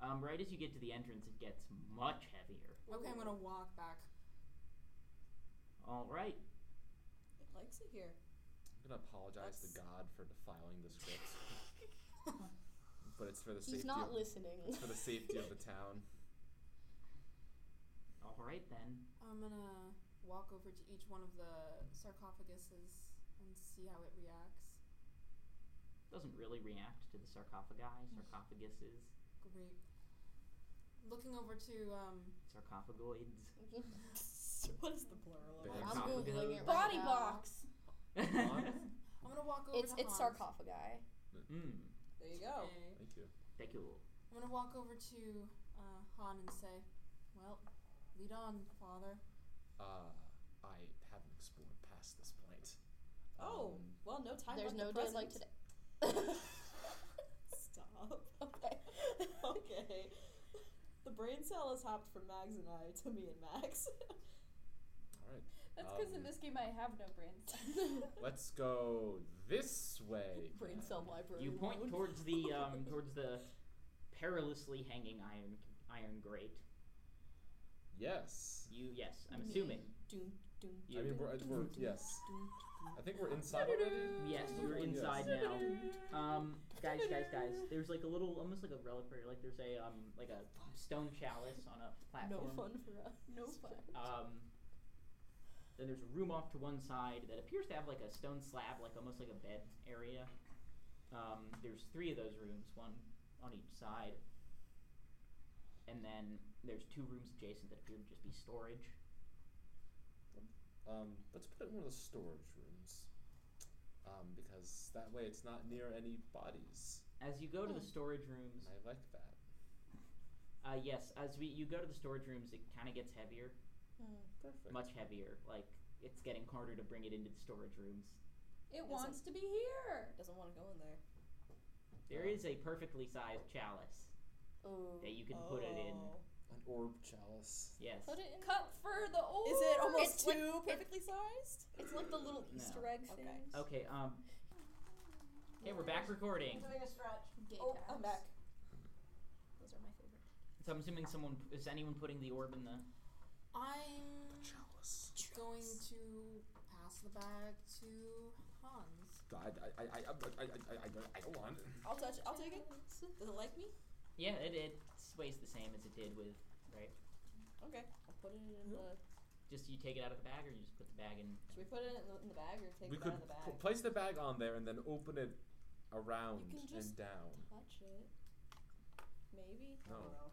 Um, right as you get to the entrance, it gets much heavier. Okay, I'm gonna walk back. All right. It likes it here. I'm gonna apologize That's- to God for defiling this script, but it's for the He's safety. not of, listening. it's for the safety of the town. All right then. I'm gonna walk over to each one of the sarcophaguses and see how it reacts. Doesn't really react to the sarcophagi, sarcophaguses, Great. Looking over to um, sarcophagoids. what is the plural They of? have I'm Sarcophagus. googling it right Body now. box. Hans? I'm gonna walk over It's to it's Hans. sarcophagi. Mm, There you go. Okay. Thank you. thank you. I'm gonna walk over to uh, Han and say, "Well, lead on, Father." Uh, I haven't explored past this point. Oh, Um, well, no time. There's like no the days like present. today. Stop. okay. okay. The brain cell has hopped from Mags and I to me and Max. all right. That's because Um, in this game I have no brains. Let's go this way. Brain then. cell library. You point mode. towards the um, towards the perilously hanging iron iron grate. Yes. You yes, I'm assuming. Doom, doom, You, I mean, we're, doom, we're doom, yes. doom. I think we're inside already. yes, you're Yes. inside now. Um, guys, guys, guys. There's like a little, almost like a reliquary. Like there's a um, like a stone chalice on a platform. No fun for us. no fun. Um, then there's a room off to one side that appears to have like a stone slab, like almost like a bed area. Um, there's three of those rooms, one on each side. And then there's two rooms adjacent that appear to just be storage. Um, let's put it in one of the storage rooms. Um, because that way it's not near any bodies. As you go to the storage rooms, And I like that. uh, yes, as we you go to the storage rooms, it kind of gets heavier, Perfect. much heavier, like it's getting harder to bring it into the storage rooms. It wants to be here. Doesn't want to go in there. There is a perfectly sized chalice Oh. that you can put it in. Oh. An orb chalice. Yes. Put it in cup for the old. Is it almost It's like, too perfectly sized? it's like the little No. Easter egg Okay. thing. Okay. Um. Okay, we're back recording. doing a stretch. Gay Oh, I'm tabs. back. Those are my favorite. So I'm assuming someone is anyone putting the orb in the. I'm Chalice. going to pass the bag to Hans. I, I, I, I, I, I, I, I, don't- I don't want it. I'll touch it. I'll take it. Does it like me? Yeah, it it weighs the same as it did with right. Okay. I'll put it in the. Just you take it out of the bag, or you just put the bag in. Should we put it in the, in the bag or take We it could out of the pl- bag? place the bag on there and then open it around You can and just- down. Touch it. Maybe. I No. don't know.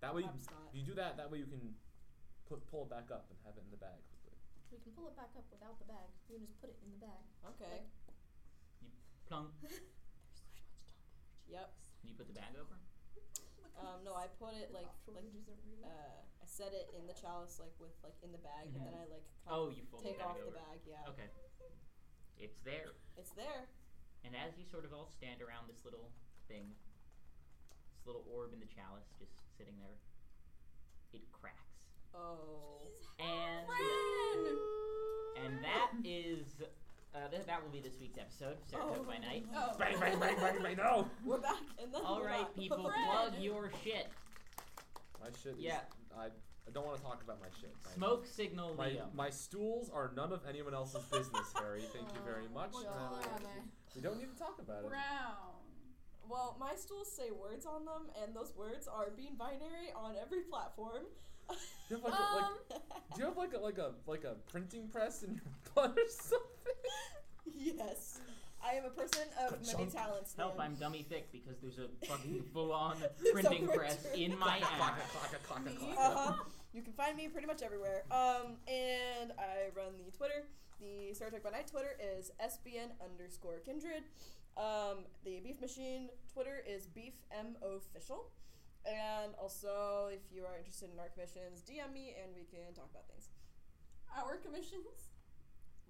That way, you, Perhaps not. you do that. That way, you can put, pull it back up and have it in the bag quickly. We can pull it back up without the bag. You can just put it in the bag. Okay. Plunk. Yep. You put the bag over. Um, no, I put it like Offshore like images are real. uh, I set it in the chalice like with like in the bag, and then I like kind Oh, of you fold take the bag off over. Oh. the bag. Yeah, Okay. It's there. it's there. And as you sort of all stand around this little thing, this little orb in the chalice just sitting there, it cracks. Oh, And and that is uh, th- that will be this week's episode. Saratoga by night. Oh. Bang! Bang! Bang! Bang! Bang! No. we're back, and then All we're right, not. people, Fred! plug your shit. My shit. Yeah. Is, I, I don't want to talk about my shit. Thank you. Smoke signal, My, Liam. my stools are none of anyone else's business, Harry. Thank you very much. What Uh, color are they? we don't need to talk about it. Brown. Well, my stools say words on them, and those words are being binary on every platform. Do you have like, a, Um, like, do you have like a like a like a printing press in your butt or something? yes, I am a person of many Ka-chunk. talents. Help, Liam. I'm dummy thick because there's a fucking full-on There's a printing press printer. in my Clock, ass. clock, clock, clock, clock. Uh-huh. You can find me pretty much everywhere. Um, and I run the Twitter. The Star Trek by Night Twitter is SBN underscore kindred. Um, the Beef Machine Twitter is BeefM official. And also, if you are interested in our commissions, DM me and we can talk about things. Our commissions.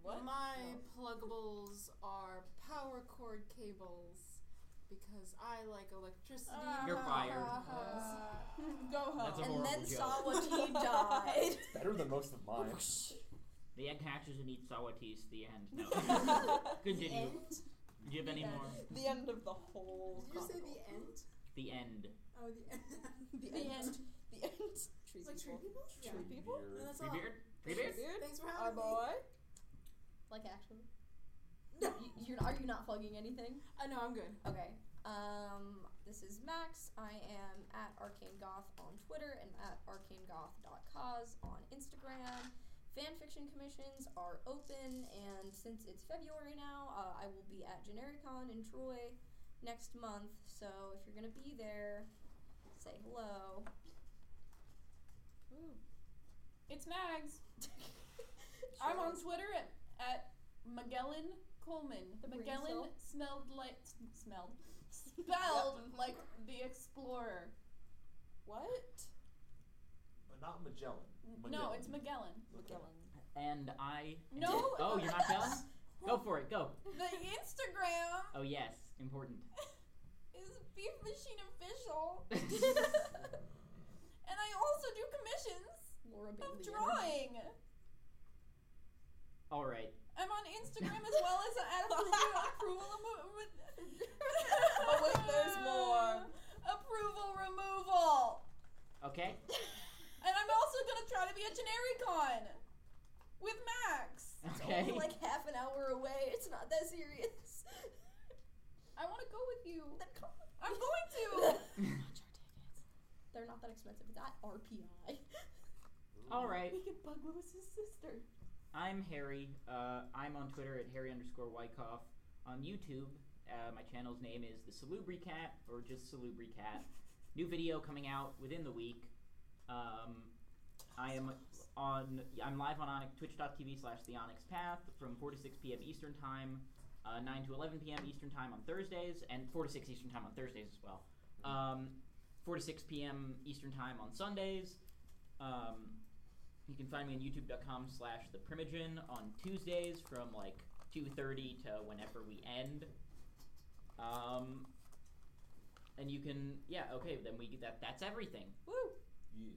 What? My No. pluggables are power cord cables because I like electricity. Ah. Uh-huh. You're fired. Ah, Go That's a home. horrible and then joke. Sawatee died. It's better than most of mine. The egg hatches and eats Sawatis. The end. No. Continue. Do you have any The more? the end of the whole. Did you say chronicle. the The end? end. Oh, the end. The The end. end. The end. Tree It's like tree people. people? Yeah. Tree people? No, that's Three all. beard. Three beard. Treebeard? Thanks for Our having me. boy? Like actually. No. You, you're, are you not plugging anything? I know, I'm good. Okay. Um, this is Max. I am at Arcane Goth on Twitter and at arcanegoth.cause on Instagram. Fanfiction commissions are open, and since it's February now, uh, I will be at Genericon in Troy next month. So if you're gonna be there, say hello. It's Mags. I'm on Twitter at, at Magellan Coleman. The Magellan smelled like smelled spelled like the explorer. What? But not Magellan. No, Magellan. it's Magellan. McKellen. And I. No. Oh, you're not done. Go for it. Go. The Instagram Oh yes, important. is Beef Machine Official, and I also do commissions Laura of Bailey. drawing. all right. I'm on Instagram as well as at approval. approval remo- Oh, wait, there's more. Approval removal. Okay. And I'm also gonna try to be a Genericon with Max. Okay. Only like half an hour away. It's not that serious. I want to go with you. Then come. I'm going to. They're not that expensive. It's at RPI. all right. can bug Lewis's sister. I'm Harry. Uh, I'm on Twitter at Harry underscore Wyckoff. On YouTube, uh, my channel's name is The Salubri Cat, or just Salubri Cat. New video coming out within the week. Um, I am on. I'm live on Onyx, twitch.tv slash The Onyx Path from 4 to 6 p.m. Eastern Time, uh, 9 to 11 p.m. Eastern Time on Thursdays, and 4 to 6 Eastern Time on Thursdays as well. Mm-hmm. Um, 4 to 6 p.m. Eastern Time on Sundays. Um, You can find me on youtube.com slash the Primogen on Tuesdays from like 2.30 to whenever we end. Um, and you can, yeah, okay, then we that that's everything. Yeah.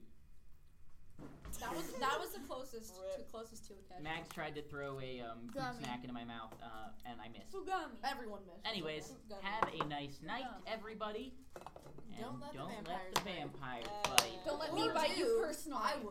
That was that was the closest to Rip. closest to a catch. Max tried to throw a um, food Gummy. snack into my mouth, uh, and I missed. Fugami. Everyone missed. Anyways, It's okay. have a nice night, Gummy. everybody. And Don't let the don't let the vampires Uh, bite. Don't let Or me bite you do. personally. I will.